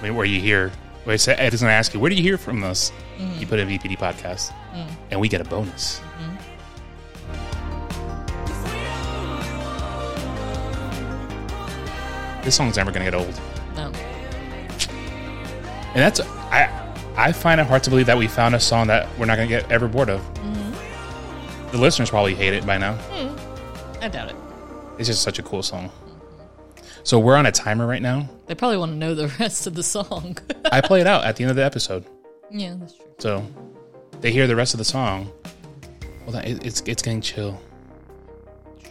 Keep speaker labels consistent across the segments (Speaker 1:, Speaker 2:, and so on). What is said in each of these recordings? Speaker 1: I mean, where you hear, where it's, it doesn't ask you, where do you hear from us? You put in VPD podcast, and we get a bonus. This song's never going to get old.
Speaker 2: No.
Speaker 1: And that's, I, I find it hard to believe that we found a song that we're not going to get ever bored of. The listeners probably hate it by now.
Speaker 2: I doubt it.
Speaker 1: It's just such a cool song. So we're on a timer right now.
Speaker 2: They probably want to know the rest of the song.
Speaker 1: I play it out at the end of the episode.
Speaker 2: yeah, that's true.
Speaker 1: So they hear the rest of the song. Well, that, it, it's it's getting chill.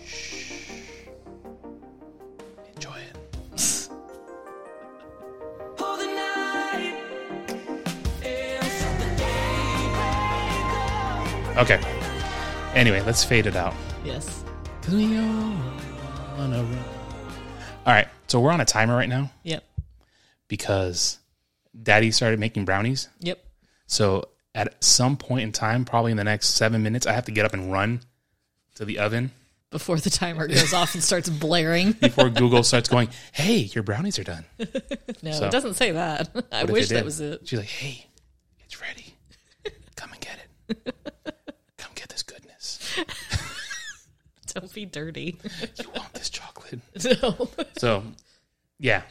Speaker 1: Shh. Enjoy it. Okay. Anyway, let's fade it out.
Speaker 2: Yes.
Speaker 1: 'Cause we all wanna run. All right, so we're on a timer right now
Speaker 2: Yep.
Speaker 1: because Daddy started making brownies.
Speaker 2: Yep.
Speaker 1: So at some point in time, probably in the next seven minutes, I have to get up and run to the oven
Speaker 2: Before the timer goes off and starts blaring.
Speaker 1: before Google starts going, "Hey, your brownies are done." What
Speaker 2: No,
Speaker 1: So-
Speaker 2: it doesn't say that. I
Speaker 1: if it
Speaker 2: wish that
Speaker 1: did?
Speaker 2: was it.
Speaker 1: She's like, "Hey, it's ready. Come and get it. Come get this goodness.
Speaker 2: Don't be dirty.
Speaker 1: You want this chocolate?"
Speaker 2: no.
Speaker 1: So, yeah,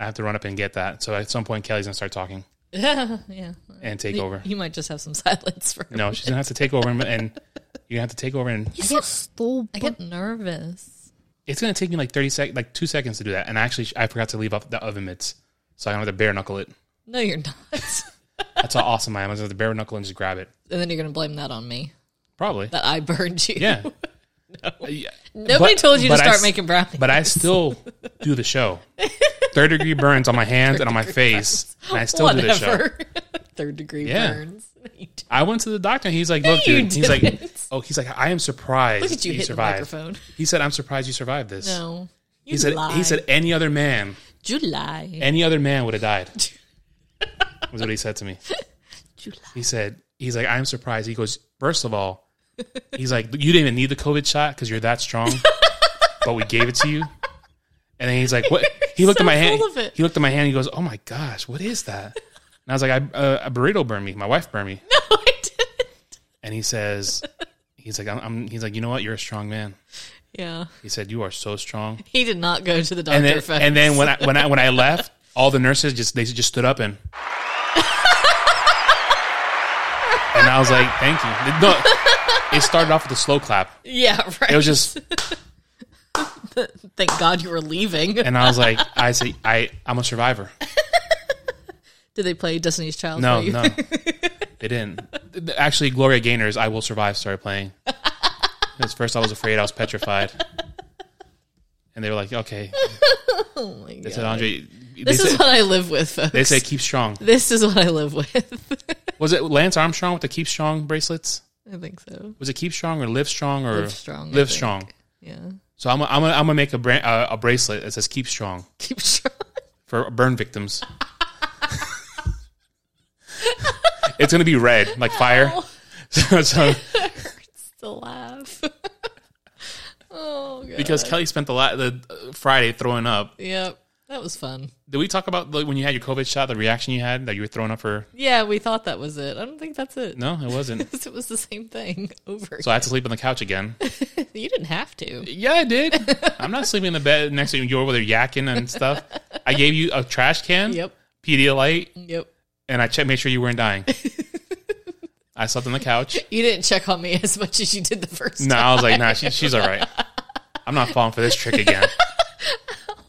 Speaker 1: I have to run up and get that. So at some point, Kelly's gonna start talking
Speaker 2: yeah. Yeah.
Speaker 1: and take
Speaker 2: You,
Speaker 1: over.
Speaker 2: you might just have some silence for
Speaker 1: No, she's gonna have to take over, and, and you're gonna have to take over, and
Speaker 2: I get, I get nervous.
Speaker 1: it's gonna take me like thirty sec, like two seconds to do that. And actually, I forgot to leave up the oven mitts, so I don't have to bare knuckle it.
Speaker 2: No, you're not.
Speaker 1: That's how awesome I am. I was gonna have to bare knuckle and just grab it.
Speaker 2: and then you're going to blame that on me
Speaker 1: Probably.
Speaker 2: that I burned you.
Speaker 1: Yeah. Uh, Yeah.
Speaker 2: Nobody
Speaker 1: But-
Speaker 2: told you to
Speaker 1: but I
Speaker 2: start
Speaker 1: s-
Speaker 2: making brownies.
Speaker 1: But I still do the show. Third degree burns on my hands and on my face, and I still do the show.
Speaker 2: Whatever. Third degree
Speaker 1: Yeah.
Speaker 2: burns. No, you don't.
Speaker 1: I went to the doctor. and He's like, "Look,
Speaker 2: you
Speaker 1: dude." He's like,
Speaker 2: didn't.
Speaker 1: "Oh, he's like, I am surprised
Speaker 2: Look at you
Speaker 1: you
Speaker 2: hitting
Speaker 1: survived."
Speaker 2: the microphone.
Speaker 1: He said, "I'm surprised you survived this."
Speaker 2: No. You
Speaker 1: he said,
Speaker 2: lie.
Speaker 1: "He said any other man,
Speaker 2: July.
Speaker 1: any other man would have died." was what he said to me.
Speaker 2: July.
Speaker 1: He said, "He's like, I'm surprised." He goes, first of all, he's like, you didn't even need the COVID shot because you're that strong, but we gave it to you." And then he's like, "What?" He looked
Speaker 2: so
Speaker 1: at my hand.
Speaker 2: full of it.
Speaker 1: He looked at my hand. He goes, "Oh my gosh, what is that?" And I was like, I, uh, "A burrito burned me. My wife burned me."
Speaker 2: No, I didn't.
Speaker 1: And he says, "He's like, I'm, I'm." He's like, "You know what? You're a strong man."
Speaker 2: Yeah.
Speaker 1: He said, "You are so strong."
Speaker 2: He did not go to the doctor.
Speaker 1: and then
Speaker 2: folks.
Speaker 1: and then when I when I when I left, all the nurses just they just stood up and and I was like, "Thank you." No, it started off with a slow clap.
Speaker 2: yeah, right.
Speaker 1: It was just,
Speaker 2: Thank God you were leaving.
Speaker 1: and I was like, "I say, I I'm a survivor."
Speaker 2: Did they play Destiny's Child?
Speaker 1: No,
Speaker 2: for you?
Speaker 1: no, they didn't. Actually, Gloria Gaynor's "I Will Survive" started playing. Because first, I was afraid, I was petrified, and they were like, "Okay."
Speaker 2: Oh my
Speaker 1: They
Speaker 2: God.
Speaker 1: said, "Andre." They
Speaker 2: This is
Speaker 1: said,
Speaker 2: what I live with, folks.
Speaker 1: they said, keep strong.
Speaker 2: this is what I live with.
Speaker 1: Was it Lance Armstrong with the keep strong bracelets?
Speaker 2: I think so.
Speaker 1: was it keep strong or live strong or
Speaker 2: Live Strong, I
Speaker 1: live
Speaker 2: think.
Speaker 1: strong
Speaker 2: Yeah.
Speaker 1: so i'm gonna I'm gonna- I'm gonna make a, bra- uh, a bracelet that says keep strong
Speaker 2: Keep strong.
Speaker 1: for burn victims It's gonna be red, like fire. so, so-
Speaker 2: hurts to laugh. oh god.
Speaker 1: because Kelly spent the la- the uh, Friday throwing up.
Speaker 2: yep, that was fun.
Speaker 1: Did we talk about like, when you had your COVID shot? The reaction you had that you were throwing up for?
Speaker 2: Yeah, we thought that was it. I don't think that's it.
Speaker 1: No, it wasn't.
Speaker 2: 'Cause it was the same thing over.
Speaker 1: So I had to sleep on the couch again.
Speaker 2: again. you didn't have to.
Speaker 1: Yeah, I did. I'm not sleeping in the bed next to you. You're over there yakking and stuff. I gave you a trash can,
Speaker 2: Yep.
Speaker 1: Pedialyte,
Speaker 2: Yep.
Speaker 1: and I checked, made sure you weren't dying. I slept on the couch.
Speaker 2: You didn't check on me as much as you did the first
Speaker 1: No,
Speaker 2: time.
Speaker 1: I was like, nah, she, she's all right. I'm not falling for this trick again.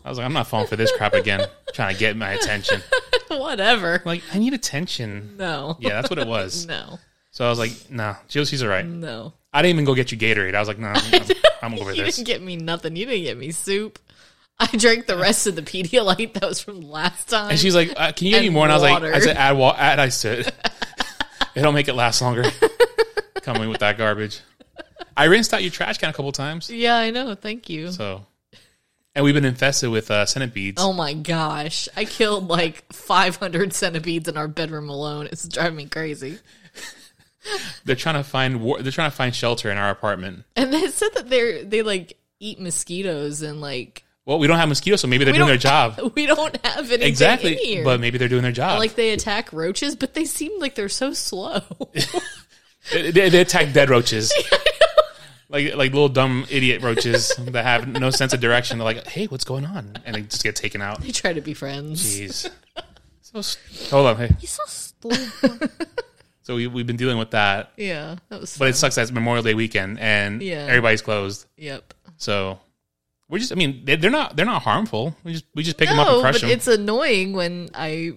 Speaker 1: I was like, I'm not falling for this crap again. Trying to get my attention.
Speaker 2: Whatever.
Speaker 1: Like, I need attention.
Speaker 2: No.
Speaker 1: Yeah, that's what it was.
Speaker 2: No.
Speaker 1: So I was like, nah, she, she's all right.
Speaker 2: No.
Speaker 1: I didn't even go get you Gatorade. I was like, nah, I'm, I'm over
Speaker 2: You
Speaker 1: this.
Speaker 2: didn't get me nothing. You didn't get me soup. I drank the rest of the Pedialyte that was from last time.
Speaker 1: And she's like, uh, "Can you give me
Speaker 2: And
Speaker 1: more?" And I was
Speaker 2: water.
Speaker 1: like, "I said add wa- add ice to it. It'll make it last longer." Coming with that garbage. I rinsed out your trash can a couple times,
Speaker 2: yeah, I know. Thank you.
Speaker 1: so and we've been infested with uh, centipedes.
Speaker 2: Oh my gosh. I killed like 500 centipedes in our bedroom alone. It's driving me crazy.
Speaker 1: They're trying to find war- they're trying to find shelter in our apartment.
Speaker 2: And they said that they're, they like eat mosquitoes and like,
Speaker 1: Well, we don't have mosquitoes, so maybe they're
Speaker 2: We
Speaker 1: doing their
Speaker 2: don't-
Speaker 1: job.
Speaker 2: we don't have anything in
Speaker 1: Exactly,
Speaker 2: here.
Speaker 1: but maybe they're doing their job.
Speaker 2: like they attack roaches, but they seem like they're so slow.
Speaker 1: they, they- they attack dead roaches. Like, like little dumb idiot roaches that have no sense of direction. They're like, hey, what's going on? And they just get taken out.
Speaker 2: they try to be friends.
Speaker 1: Jeez. So st- hold on, hey. So we we've been dealing with that,
Speaker 2: Yeah, that was
Speaker 1: but
Speaker 2: fun.
Speaker 1: it sucks that it's Memorial Day weekend and
Speaker 2: Yeah.
Speaker 1: everybody's closed.
Speaker 2: Yep.
Speaker 1: So we're just I mean they, they're not they're not harmful. We just we just pick them up and
Speaker 2: No,
Speaker 1: crush
Speaker 2: but
Speaker 1: them.
Speaker 2: it's annoying when I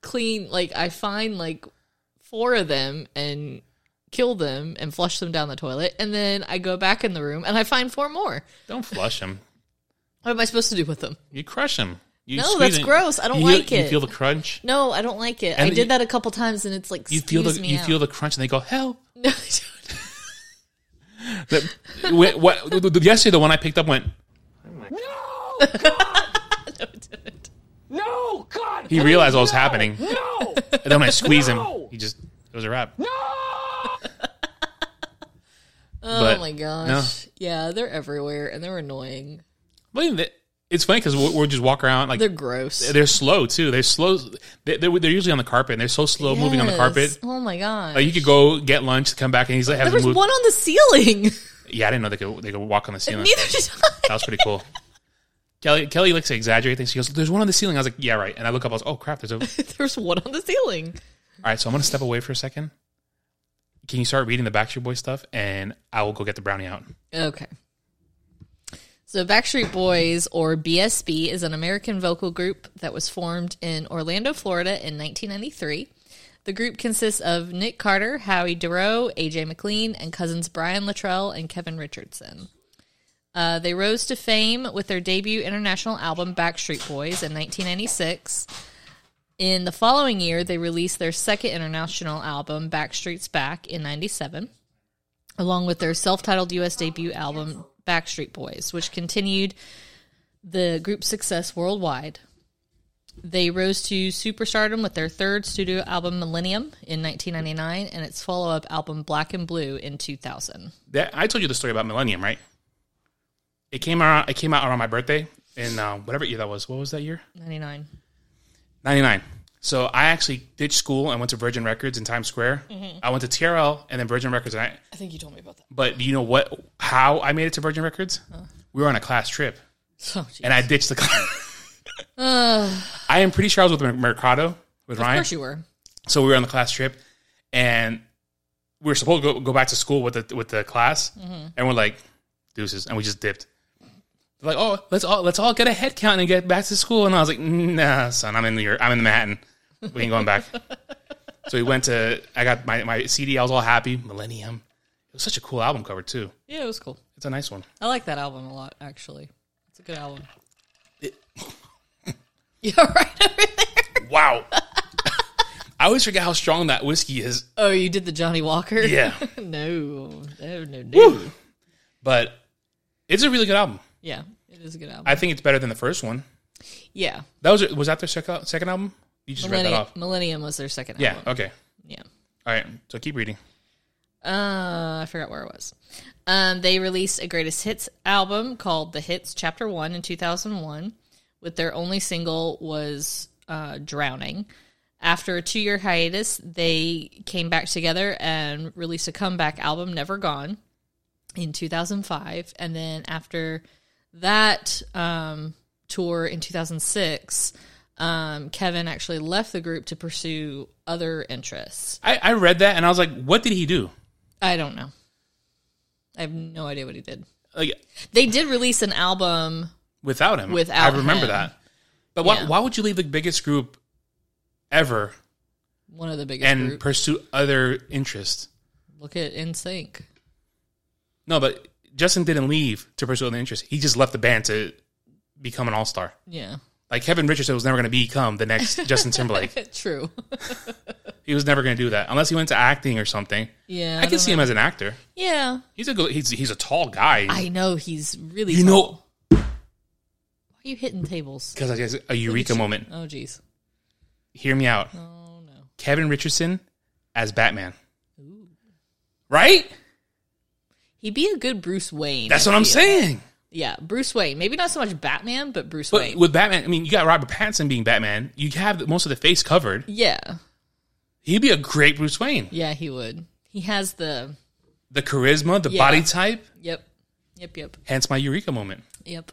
Speaker 2: clean, like I find like four of them and kill them and flush them down the toilet, and then I go back in the room and I find four more.
Speaker 1: Don't flush them.
Speaker 2: What am I supposed to do with them?
Speaker 1: You crush them. You
Speaker 2: No,
Speaker 1: squeeze
Speaker 2: that's
Speaker 1: it.
Speaker 2: gross. I don't
Speaker 1: You-
Speaker 2: like
Speaker 1: you
Speaker 2: it.
Speaker 1: feel the crunch.
Speaker 2: No, I don't like it.
Speaker 1: And
Speaker 2: I
Speaker 1: you-
Speaker 2: did that a couple times, and it's like
Speaker 1: You feel the
Speaker 2: me
Speaker 1: you
Speaker 2: out.
Speaker 1: feel the crunch, and they go help.
Speaker 2: No, I don't.
Speaker 1: The- wh- what, th- th- yesterday, the one I picked up went.
Speaker 2: No, I didn't.
Speaker 3: No, God!
Speaker 2: Oh,
Speaker 1: He realized what was happening, and
Speaker 3: No!
Speaker 1: then when I squeeze him,
Speaker 3: No.
Speaker 1: he just it was a wrap.
Speaker 2: Oh
Speaker 1: But,
Speaker 2: my gosh! Yeah, they're everywhere and they're annoying.
Speaker 1: But even th- it's funny because we're, we're just walk around like
Speaker 2: They're gross.
Speaker 1: They're slow too. They're slow. They- They're, they're usually on the carpet. and They're so slow moving on the
Speaker 2: Yes.
Speaker 1: carpet.
Speaker 2: Oh my god!
Speaker 1: Like you could go get lunch, come back, and he's like,
Speaker 2: there
Speaker 1: have
Speaker 2: was
Speaker 1: moved.
Speaker 2: one on the ceiling.
Speaker 1: Yeah, I didn't know they could they could walk on the ceiling.
Speaker 2: Neither did I.
Speaker 1: That was pretty cool. Kelly Kelly likes to exaggerate things. She goes, "There's one on the ceiling." I was like, "Yeah, right." And I look up. I was, "Oh crap!" There's a. All
Speaker 2: There's one on the ceiling.
Speaker 1: right, so I'm gonna step away for a second. Can you start reading the Backstreet Boy stuff, and I will go get the brownie out.
Speaker 2: Okay. So Backstreet Boys, or BSB, is an American vocal group that was formed in Orlando, Florida in 1993. The group consists of Nick Carter, Howie Duro, AJ McLean, and cousins Brian Luttrell and Kevin Richardson. Uh, they rose to fame with their debut international album Backstreet Boys in 1996. In the following year, they released their second international album, Backstreet's Back, in 97 along with their self-titled US debut album Backstreet Boys, which continued the group's success worldwide. They rose to superstardom with their third studio album Millennium in 1999 and its follow-up album Black and Blue in 2000.
Speaker 1: That I told you the story about Millennium, right? It came around. It came out around my birthday in uh, whatever year that was. What was that year?
Speaker 2: 99.
Speaker 1: 99. So I actually ditched school and went to Virgin Records in Times Square. I went to TRL and then Virgin Records. And I,
Speaker 2: I think you told me about that.
Speaker 1: but do you know what? How I made it to Virgin Records? We were on a class trip,
Speaker 2: Oh, geez.
Speaker 1: and I ditched the class. I am pretty sure I was with Mer- Mercado with
Speaker 2: of
Speaker 1: Ryan.
Speaker 2: course you were.
Speaker 1: So we were on the class trip, and we were supposed to go, go back to school with the with the class,
Speaker 2: Mm-hmm.
Speaker 1: and we're like, deuces, and we just dipped. They're like, oh, let's all let's all get a head count and get back to school. And I was like, nah, son, I'm in New York, I'm in Manhattan, we ain't going back. so we went to, I got my my CD, I was all happy. Millennium, it was such a cool album cover too.
Speaker 2: Yeah, it was cool.
Speaker 1: It's a nice one.
Speaker 2: I like that album a lot actually. It's a good album.
Speaker 1: It-
Speaker 2: You're right over there.
Speaker 1: Wow, I always forget how strong that whiskey is.
Speaker 2: Oh, you did the Johnny Walker?
Speaker 1: Yeah,
Speaker 2: no. No, no, no.
Speaker 1: but it's a really good album.
Speaker 2: Yeah, it is a good album.
Speaker 1: I think it's better than the first one.
Speaker 2: yeah,
Speaker 1: That was was that their sec- second album? You just read that
Speaker 2: Millennium,
Speaker 1: off.
Speaker 2: Millennium was their second
Speaker 1: Yeah.
Speaker 2: album.
Speaker 1: Okay.
Speaker 2: Yeah,
Speaker 1: All right, so keep reading.
Speaker 2: Uh, I forgot where it was. Um, they released a greatest hits album called The Hits Chapter One in 2001, with their only single was uh, "Drowning." After a two-year hiatus, they came back together and released a comeback album, "Never Gone," in 2005, and then after that um, tour in 2006. Um, Kevin actually left the group to pursue other interests.
Speaker 1: I, I read that and I was like, what did he do?
Speaker 2: I don't know. I have no idea what he did.
Speaker 1: Like
Speaker 2: They did release an album.
Speaker 1: without him,
Speaker 2: Without
Speaker 1: I remember
Speaker 2: him.
Speaker 1: that. But why,
Speaker 2: Yeah.
Speaker 1: why would you leave the biggest group ever
Speaker 2: One of the biggest
Speaker 1: and
Speaker 2: groups.
Speaker 1: pursue other interests?
Speaker 2: Look at NSYNC.
Speaker 1: No, but Justin didn't leave to pursue other interests. He just left the band to become an all star.
Speaker 2: Yeah,
Speaker 1: Like Kevin Richardson was never going to become the next Justin Timberlake.
Speaker 2: true.
Speaker 1: He was never going to do that unless he went to acting or something.
Speaker 2: Yeah,
Speaker 1: I, can see him as an actor.
Speaker 2: Yeah,
Speaker 1: He's a good, he's he's a tall guy.
Speaker 2: I know he's really.
Speaker 1: you
Speaker 2: tall.
Speaker 1: know,
Speaker 2: why are you hitting tables?
Speaker 1: because I guess a eureka moment.
Speaker 2: Oh, jeez.
Speaker 1: Hear me out.
Speaker 2: Oh no.
Speaker 1: Kevin Richardson as Batman.
Speaker 2: Ooh.
Speaker 1: Right?
Speaker 2: He'd be a good Bruce Wayne.
Speaker 1: That's
Speaker 2: I
Speaker 1: what I'm
Speaker 2: feel.
Speaker 1: saying.
Speaker 2: Yeah, Bruce Wayne. Maybe not so much Batman, but Bruce
Speaker 1: But
Speaker 2: Wayne.
Speaker 1: with Batman, I mean, you got Robert Pattinson being Batman. You have most of the face covered.
Speaker 2: yeah,
Speaker 1: He'd be a great Bruce Wayne.
Speaker 2: yeah, he would. He has the.
Speaker 1: The charisma, the
Speaker 2: Yeah.
Speaker 1: body type,
Speaker 2: Yep, yep, yep,
Speaker 1: hence my eureka moment.
Speaker 2: yep.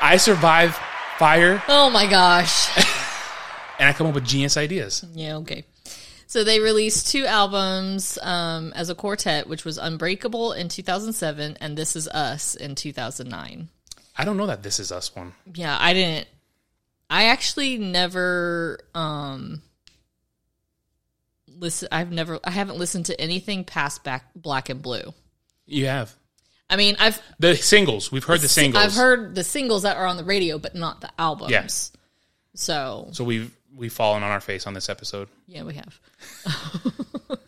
Speaker 1: I survive fire
Speaker 2: Oh my gosh.
Speaker 1: and I come up with genius ideas.
Speaker 2: Yeah, okay. So they released two albums um, as a quartet, which was Unbreakable in 2007 and This Is Us in 2009.
Speaker 1: I don't know that this is us one.
Speaker 2: Yeah, I didn't. I actually never um, listen. I've never. I haven't listened to anything past back Black and Blue.
Speaker 1: You have
Speaker 2: I mean, I've
Speaker 1: the singles. We've heard the singles.
Speaker 2: I've heard the singles that are on the radio, but not the albums.
Speaker 1: Yeah.
Speaker 2: So
Speaker 1: So we've we've fallen on our face on this episode.
Speaker 2: Yeah, we have.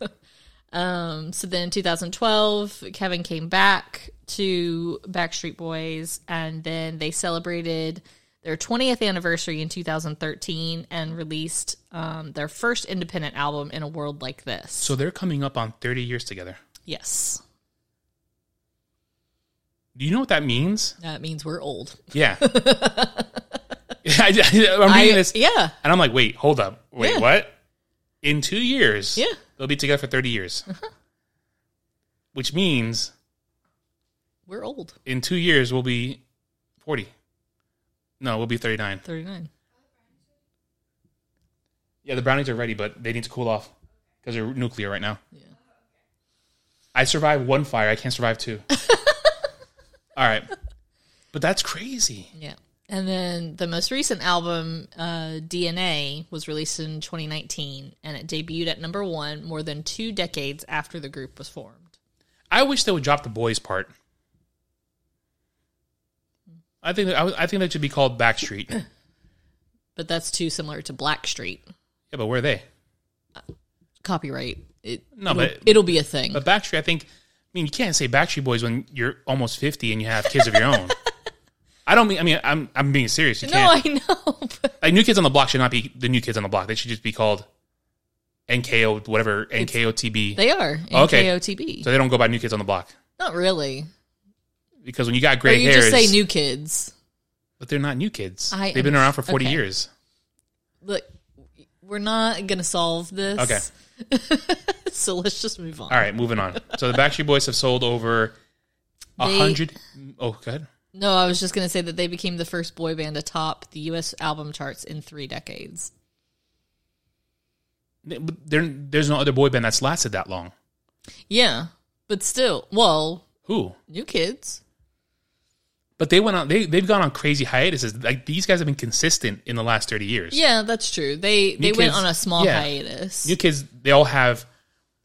Speaker 2: um, so then in 2012, Kevin came back to Backstreet Boys, and then they celebrated their 20th anniversary in 2013 and released um, their first independent album, In a World Like This.
Speaker 1: So they're coming up on 30 years together.
Speaker 2: yes,
Speaker 1: Do you know what that means?
Speaker 2: that means we're old.
Speaker 1: Yeah. I, am
Speaker 2: I-
Speaker 1: reading this
Speaker 2: yeah,
Speaker 1: and I'm like, wait, hold up. Wait,
Speaker 2: Yeah.
Speaker 1: what? In two years,
Speaker 2: Yeah. Uh-huh.
Speaker 1: they'll be together for 30 years. Which means
Speaker 2: we're old.
Speaker 1: in two years, we'll be 40. No, we'll be 39.
Speaker 2: 39.
Speaker 1: Yeah, the brownies are ready, but they need to cool off because they're nuclear right now. Yeah. I survived one fire. I can't survive two. All right. But that's crazy.
Speaker 2: Yeah. And then the most recent album, uh, DNA, was released in 2019 and it debuted at number one more than two decades after the group was formed.
Speaker 1: I wish they would drop the boys part. I think I, I think that should be called Backstreet. yeah,
Speaker 2: But that's too similar to Blackstreet.
Speaker 1: but where are they?
Speaker 2: Copyright. It,
Speaker 1: No,
Speaker 2: it'll,
Speaker 1: but-
Speaker 2: it'll be a thing.
Speaker 1: But Backstreet, I think, I mean, you can't say Backstreet Boys when you're almost 50 and you have kids of your own. I don't mean, I mean, I'm, I'm being serious. You
Speaker 2: no,
Speaker 1: can't.
Speaker 2: I know. But
Speaker 1: like, new Kids on the Block should not be the New Kids on the Block. They should just be called NKO, whatever, NKOTB.
Speaker 2: they are in
Speaker 1: Oh, Okay.
Speaker 2: KOTB.
Speaker 1: so they don't go by New Kids on the Block.
Speaker 2: Not really.
Speaker 1: Because when you got
Speaker 2: Or
Speaker 1: gray
Speaker 2: you
Speaker 1: hairs,
Speaker 2: just say new kids.
Speaker 1: but they're not new kids.
Speaker 2: I
Speaker 1: They've been around for
Speaker 2: understand.
Speaker 1: 40
Speaker 2: Okay.
Speaker 1: years.
Speaker 2: Look, we're not going to solve this.
Speaker 1: Okay.
Speaker 2: so let's just move on.
Speaker 1: All right, moving on. So the Backstreet Boys have sold over a
Speaker 2: They-
Speaker 1: hundred. Oh, good.
Speaker 2: No, I was just going to say that they became the first boy band to top the U.S. album charts in three decades.
Speaker 1: There, there's no other boy band that's lasted that long.
Speaker 2: Yeah, but still, well,
Speaker 1: Who?
Speaker 2: new kids.
Speaker 1: But they went on. They they've gone on crazy hiatuses. Like these guys have been consistent in the last thirty years.
Speaker 2: Yeah, that's true. They they went
Speaker 1: kids,
Speaker 2: on a small
Speaker 1: yeah.
Speaker 2: hiatus.
Speaker 1: New kids, they all have.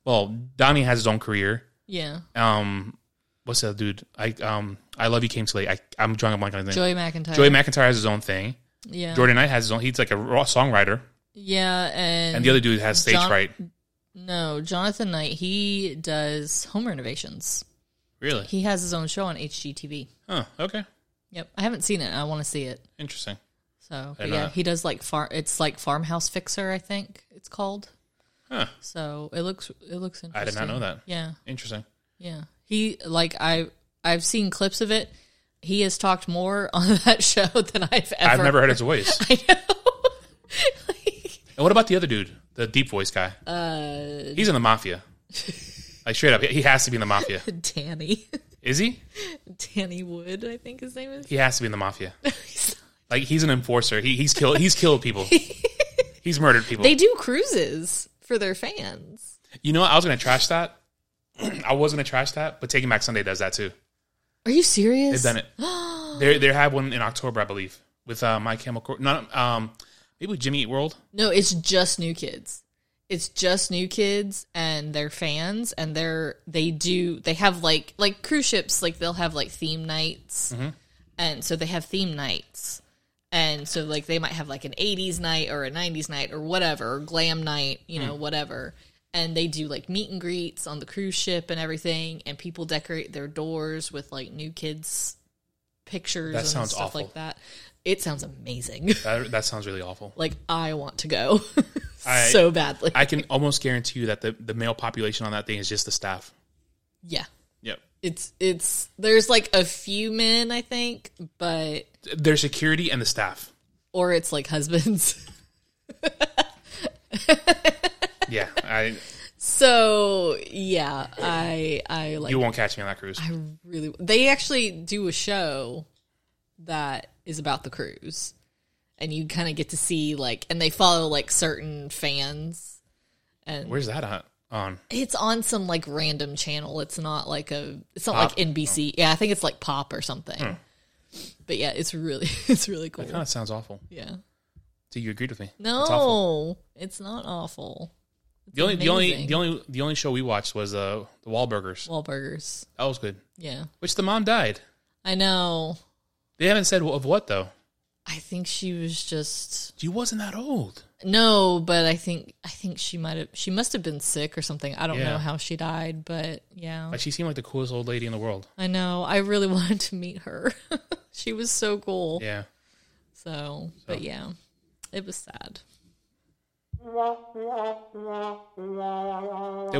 Speaker 1: Well, Donnie has his own career.
Speaker 2: yeah,
Speaker 1: Um, what's that dude? I um, I love you came too late. I I'm drawing a blank on his name.
Speaker 2: Joey McIntyre.
Speaker 1: Joey McIntyre has his own thing.
Speaker 2: yeah,
Speaker 1: Jordan Knight has his own. He's like a raw songwriter,
Speaker 2: yeah, and,
Speaker 1: and the other dude has stage
Speaker 2: John-
Speaker 1: fright.
Speaker 2: no, Jonathan Knight. He does home renovations.
Speaker 1: Really?
Speaker 2: He has his own show on HGTV.
Speaker 1: Huh. Okay.
Speaker 2: Yep, I haven't seen it. I want to see it.
Speaker 1: Interesting.
Speaker 2: So but
Speaker 1: don't
Speaker 2: yeah,
Speaker 1: know.
Speaker 2: he does like farm. It's like farmhouse fixer. I think it's it's called.
Speaker 1: Huh.
Speaker 2: So it looks it looks interesting.
Speaker 1: I did not know that.
Speaker 2: Yeah,
Speaker 1: Interesting.
Speaker 2: yeah. He like I I've seen clips of it. He has talked more on that show than I've ever.
Speaker 1: I've never heard his voice.
Speaker 2: I know. Like,
Speaker 1: And what about the other dude, the deep voice guy? Uh, He's in the mafia. like straight up, he has to be in the mafia.
Speaker 2: Danny,
Speaker 1: Is he?
Speaker 2: Danny Wood, I think his name is.
Speaker 1: He has to be in the mafia. Like he's an enforcer. He, he's killed. He's killed people. he's murdered people.
Speaker 2: they do cruises for their fans.
Speaker 1: you know, what? I was gonna trash that. I was gonna trash that, but Taking Back Sunday does that too.
Speaker 2: Are you serious?
Speaker 1: They've done it. they they had one in October, I believe, with uh, My Chemical. Not um, maybe with Jimmy Eat World.
Speaker 2: No, it's just new kids. It's just new kids and their fans and they're they do they have like like cruise ships like they'll have like theme nights.
Speaker 1: Mm-hmm.
Speaker 2: And so they have theme nights. And so like they might have like an 80s night or a 90s night or whatever, or glam night, you
Speaker 1: Mm.
Speaker 2: know, whatever. And they do like meet and greets on the cruise ship and everything and people decorate their doors with like new kids pictures
Speaker 1: That
Speaker 2: and
Speaker 1: sounds
Speaker 2: stuff
Speaker 1: awful.
Speaker 2: like that. It sounds amazing.
Speaker 1: That, that sounds really awful.
Speaker 2: like I want to go
Speaker 1: I-
Speaker 2: so badly.
Speaker 1: I can almost guarantee you that the, the male population on that thing is just the staff.
Speaker 2: yeah.
Speaker 1: Yep.
Speaker 2: It's it's there's like a few men I think, but
Speaker 1: Their security and the staff.
Speaker 2: or it's like husbands.
Speaker 1: Yeah, I
Speaker 2: so, yeah, I I like
Speaker 1: you won't catch me on that cruise.
Speaker 2: I really they actually do a show that is about the cruise. And you kind of get to see like and they follow like certain fans.
Speaker 1: Where's that at? On
Speaker 2: It's on some like random channel. It's not like a it's not like NBC.
Speaker 1: Oh.
Speaker 2: Yeah, I think it's like Pop or something.
Speaker 1: Hmm.
Speaker 2: But yeah, it's really it's really cool.
Speaker 1: God, that sounds awful.
Speaker 2: Yeah.
Speaker 1: Do you agree with me? It's awful.
Speaker 2: No, it's not awful.
Speaker 1: The only the only
Speaker 2: amazing.
Speaker 1: the only the only show we watched was uh, the Wahlburgers.
Speaker 2: Wahlburgers.
Speaker 1: That was good.
Speaker 2: Yeah.
Speaker 1: Which the mom died.
Speaker 2: I know.
Speaker 1: They haven't said of what though.
Speaker 2: I think she was just
Speaker 1: She wasn't that old.
Speaker 2: no, but I think I think she might have she must have been sick or something. I don't
Speaker 1: Yeah.
Speaker 2: know how she died, but yeah.
Speaker 1: Like she seemed like the coolest old lady in the world.
Speaker 2: I know. I really wanted to meet her. she was so cool.
Speaker 1: Yeah.
Speaker 2: So, but yeah. It was sad.
Speaker 1: It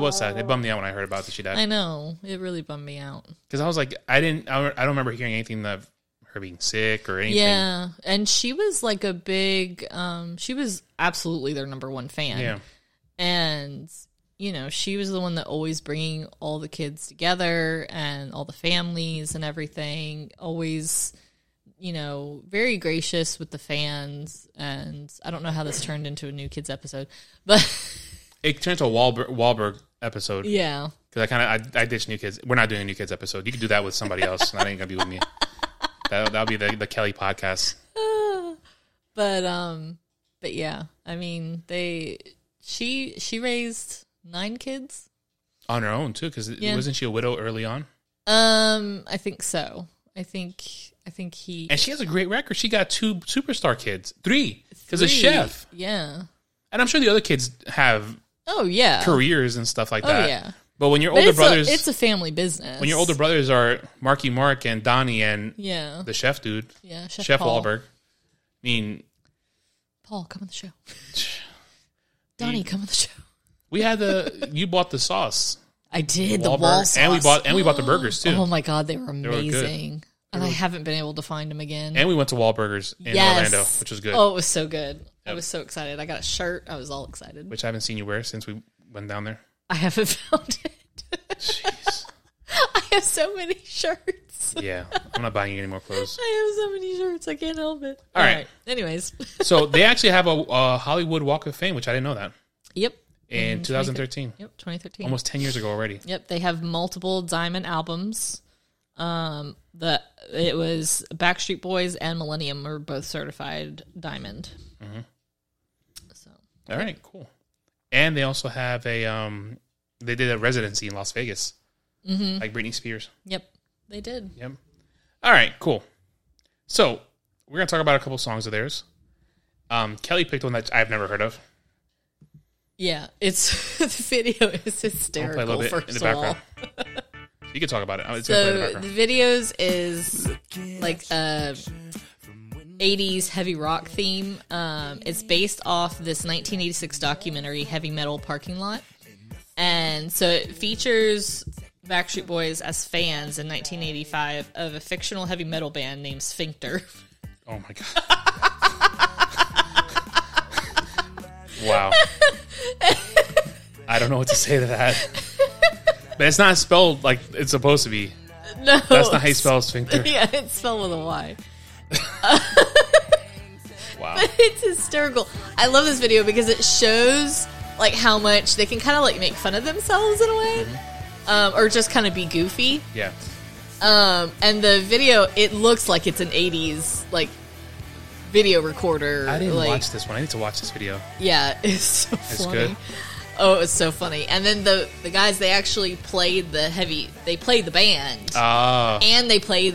Speaker 1: was sad. It bummed me out when I heard about that she died.
Speaker 2: I know. It really bummed me out.
Speaker 1: Because I was like, I didn't, I don't I don't remember hearing anything of her being sick or anything.
Speaker 2: Yeah. And she was like a big um she was absolutely their number one fan.
Speaker 1: Yeah.
Speaker 2: and you know she was the one that always bringing all the kids together and all the families and everything always you know very gracious with the fans and i don't know how this turned into a new kids episode but
Speaker 1: It turned into a Wahlberg, Wahlberg episode. Because
Speaker 2: yeah
Speaker 1: I kind of, I, I ditched New Kids. We're not doing a New Kids episode. You can do that with somebody else. and that ain't going to be with me. That, that'll be the, the Kelly podcast.
Speaker 2: but um but yeah i mean they she she raised nine kids
Speaker 1: On her own, too, because
Speaker 2: Yeah.
Speaker 1: wasn't she a widow early on?
Speaker 2: um i think so i think i think he
Speaker 1: And she has a great record. She got two superstar kids, three, because a
Speaker 2: Three.
Speaker 1: chef.
Speaker 2: yeah
Speaker 1: And I'm sure the other kids have
Speaker 2: oh yeah
Speaker 1: careers and stuff like
Speaker 2: oh
Speaker 1: that.
Speaker 2: yeah
Speaker 1: But when your
Speaker 2: But
Speaker 1: older
Speaker 2: it's
Speaker 1: brothers,
Speaker 2: A, it's a family business.
Speaker 1: when your older brothers are Marky Mark and Donnie and
Speaker 2: yeah,
Speaker 1: the chef dude,
Speaker 2: yeah, Chef,
Speaker 1: Chef,
Speaker 2: Paul.
Speaker 1: Wahlberg. I mean,
Speaker 2: Paul, come on the show. Donnie, come on the show.
Speaker 1: we had the you bought the sauce,
Speaker 2: I did the
Speaker 1: Wahlberg,
Speaker 2: wall
Speaker 1: and we
Speaker 2: sauce.
Speaker 1: bought and we bought the burgers too,
Speaker 2: Oh my god, they were
Speaker 1: were
Speaker 2: amazing,
Speaker 1: good.
Speaker 2: and I haven't been able to find them again.
Speaker 1: and we went to Wahlburgers in
Speaker 2: Yes.
Speaker 1: Orlando, which was good.
Speaker 2: Oh, it was so good. I was so excited. I got a shirt. I was all excited.
Speaker 1: Which I haven't seen you wear since we went down there.
Speaker 2: I haven't found it.
Speaker 1: Jeez.
Speaker 2: I have so many shirts.
Speaker 1: yeah, I'm not buying you any more clothes.
Speaker 2: I have so many shirts. I can't help it.
Speaker 1: All right.
Speaker 2: Anyways,
Speaker 1: So they actually have a, a Hollywood Walk of Fame, which I didn't know that
Speaker 2: yep,
Speaker 1: in
Speaker 2: Mm,
Speaker 1: 2013,
Speaker 2: yep. Twenty thirteen.
Speaker 1: almost 10 years ago already.
Speaker 2: Yep, they have multiple diamond albums. Um, the it was Backstreet Boys and Millennium were both certified diamond.
Speaker 1: Mm-hmm.
Speaker 2: So
Speaker 1: All right, cool. And they also have a um, they did a residency in Las Vegas,
Speaker 2: Mm-hmm.
Speaker 1: like Britney Spears.
Speaker 2: yep, they did.
Speaker 1: Yep. All right, cool. So we're gonna talk about a couple songs of theirs. Um, Kelly picked one that I've never heard of.
Speaker 2: Yeah, it's the video is
Speaker 1: I'll play a
Speaker 2: hysterical.
Speaker 1: little bit
Speaker 2: First
Speaker 1: in the
Speaker 2: of all,
Speaker 1: background. you can talk about it. It's gonna play in the
Speaker 2: so the
Speaker 1: background.
Speaker 2: videos is like uh, 80s heavy rock theme. Um, it's based off this 1986 documentary, Heavy Metal Parking Lot. And so it features Backstreet Boys as fans in 1985 of a fictional heavy metal band named Sphincter.
Speaker 1: Oh my god. wow. I don't know what to say to that. But it's not spelled like it's supposed to be.
Speaker 2: No.
Speaker 1: That's not how you spell sphincter.
Speaker 2: Yeah, it's spelled with a Y.
Speaker 1: Wow.
Speaker 2: it's hysterical. I love this video because it shows like how much they can kind of like make fun of themselves in a way,
Speaker 1: Mm-hmm.
Speaker 2: um, or just kind of be goofy.
Speaker 1: Yeah.
Speaker 2: Um, and the video, it looks like it's an '80s like video recorder.
Speaker 1: I didn't
Speaker 2: like,
Speaker 1: watch this one. I need to watch this video.
Speaker 2: Yeah, it's so funny.
Speaker 1: good.
Speaker 2: Oh, it was so funny. And then the the guys they actually played the heavy. They played the band
Speaker 1: Ah,
Speaker 2: and they played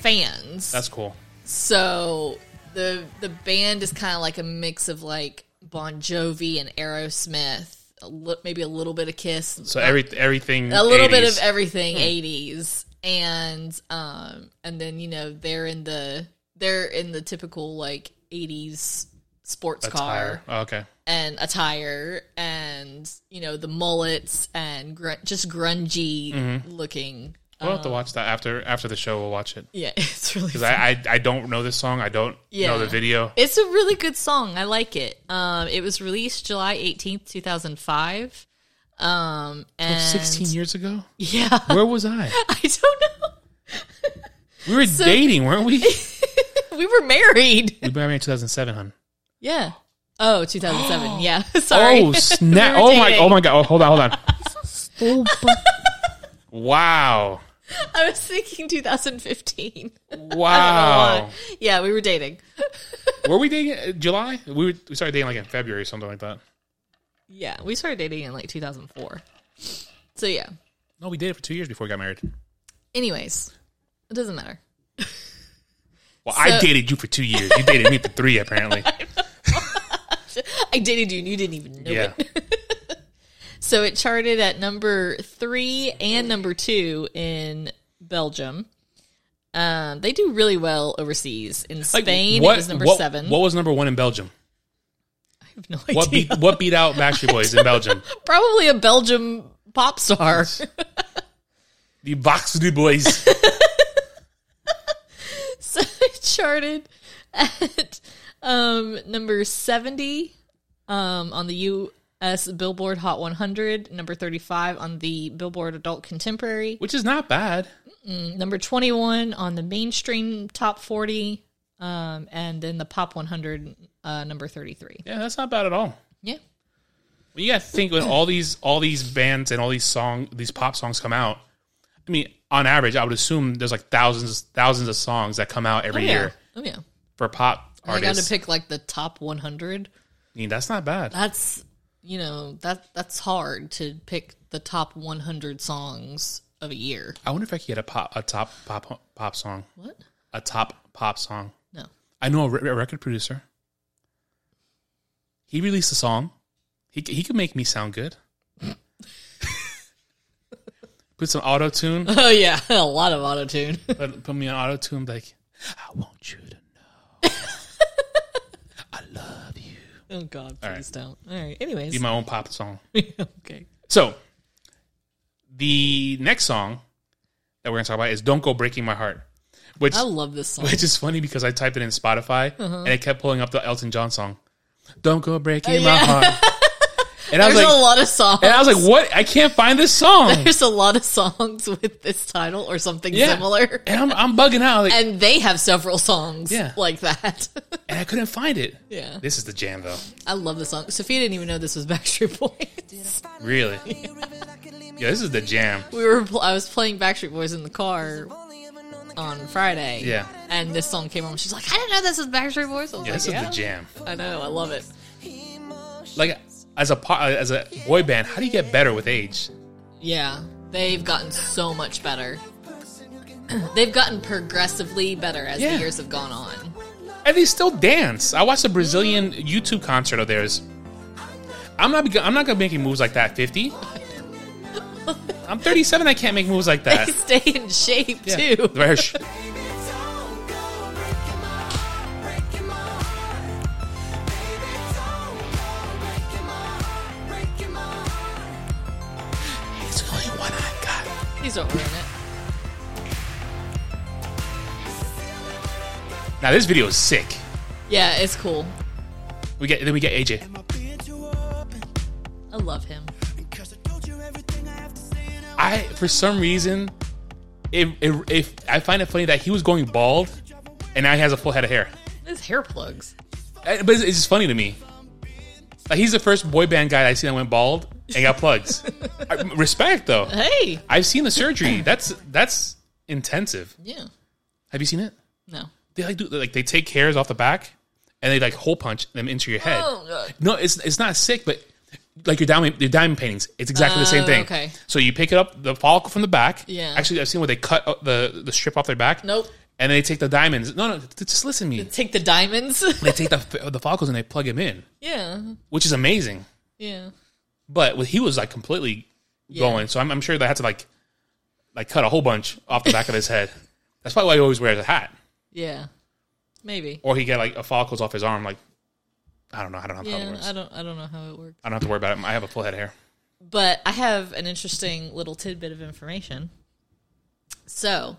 Speaker 2: fans.
Speaker 1: that's cool.
Speaker 2: So the the band is kind of like a mix of like Bon Jovi and Aerosmith, a li- maybe a little bit of Kiss,
Speaker 1: So every everything
Speaker 2: a little bit of
Speaker 1: 80s.
Speaker 2: everything eighties, and um, and then you know they're in the they're in the typical like eighties sports
Speaker 1: Attire.
Speaker 2: car
Speaker 1: Oh, okay.
Speaker 2: and attire and you know the mullets and gr- just grungy
Speaker 1: Mm-hmm.
Speaker 2: looking.
Speaker 1: We'll have to watch that after after the show. We'll watch it
Speaker 2: Yeah, it's really
Speaker 1: because I, I I don't know this song. I don't
Speaker 2: Yeah.
Speaker 1: know the video.
Speaker 2: It's a really good song. I like it. Um, it was released July 18th, 2005. Um, and
Speaker 1: Sixteen years ago,
Speaker 2: Yeah,
Speaker 1: where was I?
Speaker 2: I don't
Speaker 1: We were dating, weren't we?
Speaker 2: know. We were married.
Speaker 1: We got married in two thousand seven, hun.
Speaker 2: Yeah. Oh, 2007. yeah. Sorry.
Speaker 1: Oh snap!
Speaker 2: We were
Speaker 1: oh my!
Speaker 2: dating.
Speaker 1: Oh my god! Oh, hold on! Hold on! wow!
Speaker 2: I was thinking 2015.
Speaker 1: Wow!
Speaker 2: yeah, we were dating.
Speaker 1: Were we dating uh, July? We, were, we started dating like in February or something like that.
Speaker 2: Yeah, we started dating in like 2004. So yeah.
Speaker 1: No, we dated for two years before we got married.
Speaker 2: Anyways, it doesn't matter.
Speaker 1: Well, I
Speaker 2: So-
Speaker 1: dated you for two years. You dated me for three, apparently.
Speaker 2: I dated you and you didn't even know it.
Speaker 1: Yeah.
Speaker 2: So it charted at number three and number two in Belgium. Um, they do really well overseas. In
Speaker 1: Like,
Speaker 2: Spain, it was number
Speaker 1: what-
Speaker 2: seven.
Speaker 1: What was number one in Belgium?
Speaker 2: I have no
Speaker 1: What
Speaker 2: idea.
Speaker 1: beat, what beat out Backstreet Boys in Belgium?
Speaker 2: Probably a Belgium pop star.
Speaker 1: The Backstreet Boys.
Speaker 2: so it charted at um, number 70 um, on the U.S. Billboard Hot 100, number 35 on the Billboard Adult Contemporary,
Speaker 1: which is not bad.
Speaker 2: number 21 on the mainstream top 40 um, and then the pop 100 uh, number 33
Speaker 1: Yeah, that's not bad at all.
Speaker 2: yeah
Speaker 1: Well, you got to think when all these all these bands and all these song these pop songs come out. I mean, on average, I would assume there's like thousands thousands of songs that come out every year
Speaker 2: oh yeah
Speaker 1: for pop
Speaker 2: i gotta
Speaker 1: artists.
Speaker 2: pick like the top 100
Speaker 1: I mean, that's not bad.
Speaker 2: that's you know that that's hard to pick the top 100 songs of a year
Speaker 1: I wonder if I could get a pop a top pop pop song,
Speaker 2: what
Speaker 1: a top pop song.
Speaker 2: no
Speaker 1: I know a, re- a record producer. He released a song. He c- he could make me sound good. put some auto tune.
Speaker 2: oh yeah a lot of auto tune
Speaker 1: Put, put me on auto tune. Like I want you to know. I love you.
Speaker 2: oh god
Speaker 1: right.
Speaker 2: please don't all right anyways
Speaker 1: Be my own pop song.
Speaker 2: okay
Speaker 1: So the next song that we're gonna talk about is "Don't Go Breaking My Heart," which
Speaker 2: i love this song
Speaker 1: which is funny because I typed it in Spotify
Speaker 2: Uh-huh.
Speaker 1: and it kept pulling up the Elton John song. Don't go breaking my heart. And I
Speaker 2: Oh,
Speaker 1: was
Speaker 2: there's
Speaker 1: like,
Speaker 2: a lot of songs
Speaker 1: and I was like, what? I can't find this song.
Speaker 2: there's a lot of songs with this title or something
Speaker 1: Yeah.
Speaker 2: similar
Speaker 1: And I'm, I'm bugging out. Like,
Speaker 2: and they have several songs
Speaker 1: Yeah.
Speaker 2: like that.
Speaker 1: and I couldn't find it.
Speaker 2: yeah,
Speaker 1: This is the jam though.
Speaker 2: I love the song. Sophia didn't even know this was Backstreet Boys.
Speaker 1: Really? Yeah, this is the jam.
Speaker 2: We were pl- I was playing Backstreet Boys in the car on Friday.
Speaker 1: Yeah.
Speaker 2: and this song came on. She's like, I didn't know this was Backstreet Boys. I was
Speaker 1: Yeah, this
Speaker 2: like, yeah,
Speaker 1: is the jam.
Speaker 2: I know. I love it.
Speaker 1: Like as a po- as a boy band, how do you get better with age?
Speaker 2: Yeah, they've gotten so much better. they've gotten progressively better as
Speaker 1: Yeah.
Speaker 2: the years have gone on.
Speaker 1: And they still dance. I watched a Brazilian YouTube concert of theirs. I'm not. beca- I'm not gonna making moves like that. Fifty. I'm 37. I can't make moves like that.
Speaker 2: They stay in shape
Speaker 1: Yeah.
Speaker 2: too.
Speaker 1: Right.
Speaker 3: Don't go breaking my heart, breaking
Speaker 2: Please don't ruin it.
Speaker 1: Now this video is sick.
Speaker 2: Yeah, it's cool.
Speaker 1: We get then we get AJ.
Speaker 2: I love him.
Speaker 1: I for some reason, it, it, if I find it funny that he was going bald, and now he has a full head of hair.
Speaker 2: His hair plugs.
Speaker 1: Uh, But it's, it's just funny to me. Like he's the first boy band guy I see that went bald and got plugs. I- respect though.
Speaker 2: Hey.
Speaker 1: I've seen the surgery. That's that's intensive.
Speaker 2: Yeah.
Speaker 1: Have you seen it?
Speaker 2: No.
Speaker 1: They like do like they take hairs off the back and they like hole punch them into your head.
Speaker 2: Oh, God.
Speaker 1: No, it's it's not sick, but like your diamond your diamond paintings, it's exactly the same
Speaker 2: Oh,
Speaker 1: thing.
Speaker 2: okay.
Speaker 1: So you pick it up the follicle from the back.
Speaker 2: Yeah.
Speaker 1: Actually, I've seen where they cut out the the strip off their back.
Speaker 2: Nope.
Speaker 1: And they take the diamonds. No, no, th- just listen to me.
Speaker 2: Take the diamonds.
Speaker 1: they take the the follicles and they plug him in,
Speaker 2: yeah.
Speaker 1: which is amazing.
Speaker 2: Yeah.
Speaker 1: But he was like completely going, so I'm, I'm sure they had to like like cut a whole bunch off the back of his head. That's probably why he always wears a hat,
Speaker 2: Yeah. Maybe.
Speaker 1: or he get like a follicles off his arm. Like I don't know. I don't know how it
Speaker 2: Yeah,
Speaker 1: works.
Speaker 2: I don't I don't know how it works.
Speaker 1: I don't have to worry about it. I have a full head of hair.
Speaker 2: But I have an interesting little tidbit of information. So,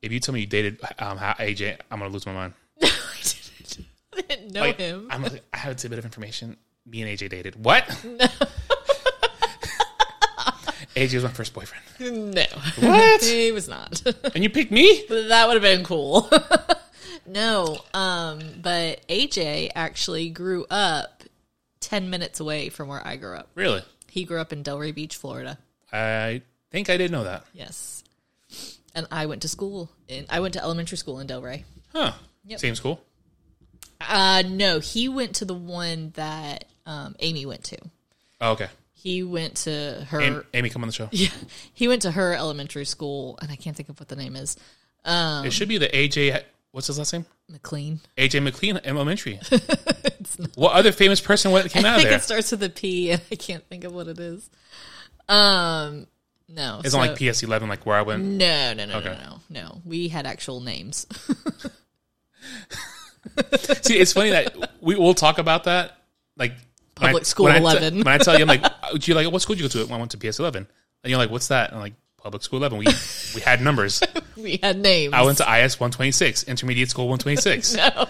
Speaker 1: If you tell me you dated um, ha- AJ, I'm gonna lose my mind.
Speaker 2: I didn't- I didn't know
Speaker 1: Like,
Speaker 2: him.
Speaker 1: I'm like, I have a tidbit of information. Me and AJ dated. What? AJ was my first boyfriend,
Speaker 2: no.
Speaker 1: What?
Speaker 2: he was not.
Speaker 1: and you picked me.
Speaker 2: that would have been cool. no, um, but AJ actually grew up 10 minutes away from where I grew up.
Speaker 1: Really?
Speaker 2: He grew up in Delray Beach, Florida.
Speaker 1: I think I did know that.
Speaker 2: Yes. And I went to school in I went to elementary school in Delray.
Speaker 1: Huh? Same school.
Speaker 2: Uh no, he went to the one that um, Amy went to.
Speaker 1: Oh, okay.
Speaker 2: He went to her
Speaker 1: Amy, Amy, come on the show.
Speaker 2: Yeah. He went to her elementary school and I can't think of what the name is.
Speaker 1: It should be the AJ. What's his last name?
Speaker 2: McLean.
Speaker 1: AJ McLean Elementary. E. What other famous person went- came
Speaker 2: I
Speaker 1: out of
Speaker 2: think
Speaker 1: there?
Speaker 2: it starts with a P and I can't think of what it is. Um no.
Speaker 1: It's
Speaker 2: so-
Speaker 1: not like PS11, like where I went.
Speaker 2: No, no, no, no,
Speaker 1: Okay.
Speaker 2: no, no, no. We had actual names.
Speaker 1: See, it's funny that we will talk about that. Like when I-
Speaker 2: Public school
Speaker 1: when I te-
Speaker 2: 11.
Speaker 1: when I tell you, I'm like, "Oh, do you like what school did you go to? Well, I went to PS11, and you're like, what's that? And I'm like, public school 11. We we had numbers.
Speaker 2: we had names.
Speaker 1: I went to IS 126, intermediate school 126. no.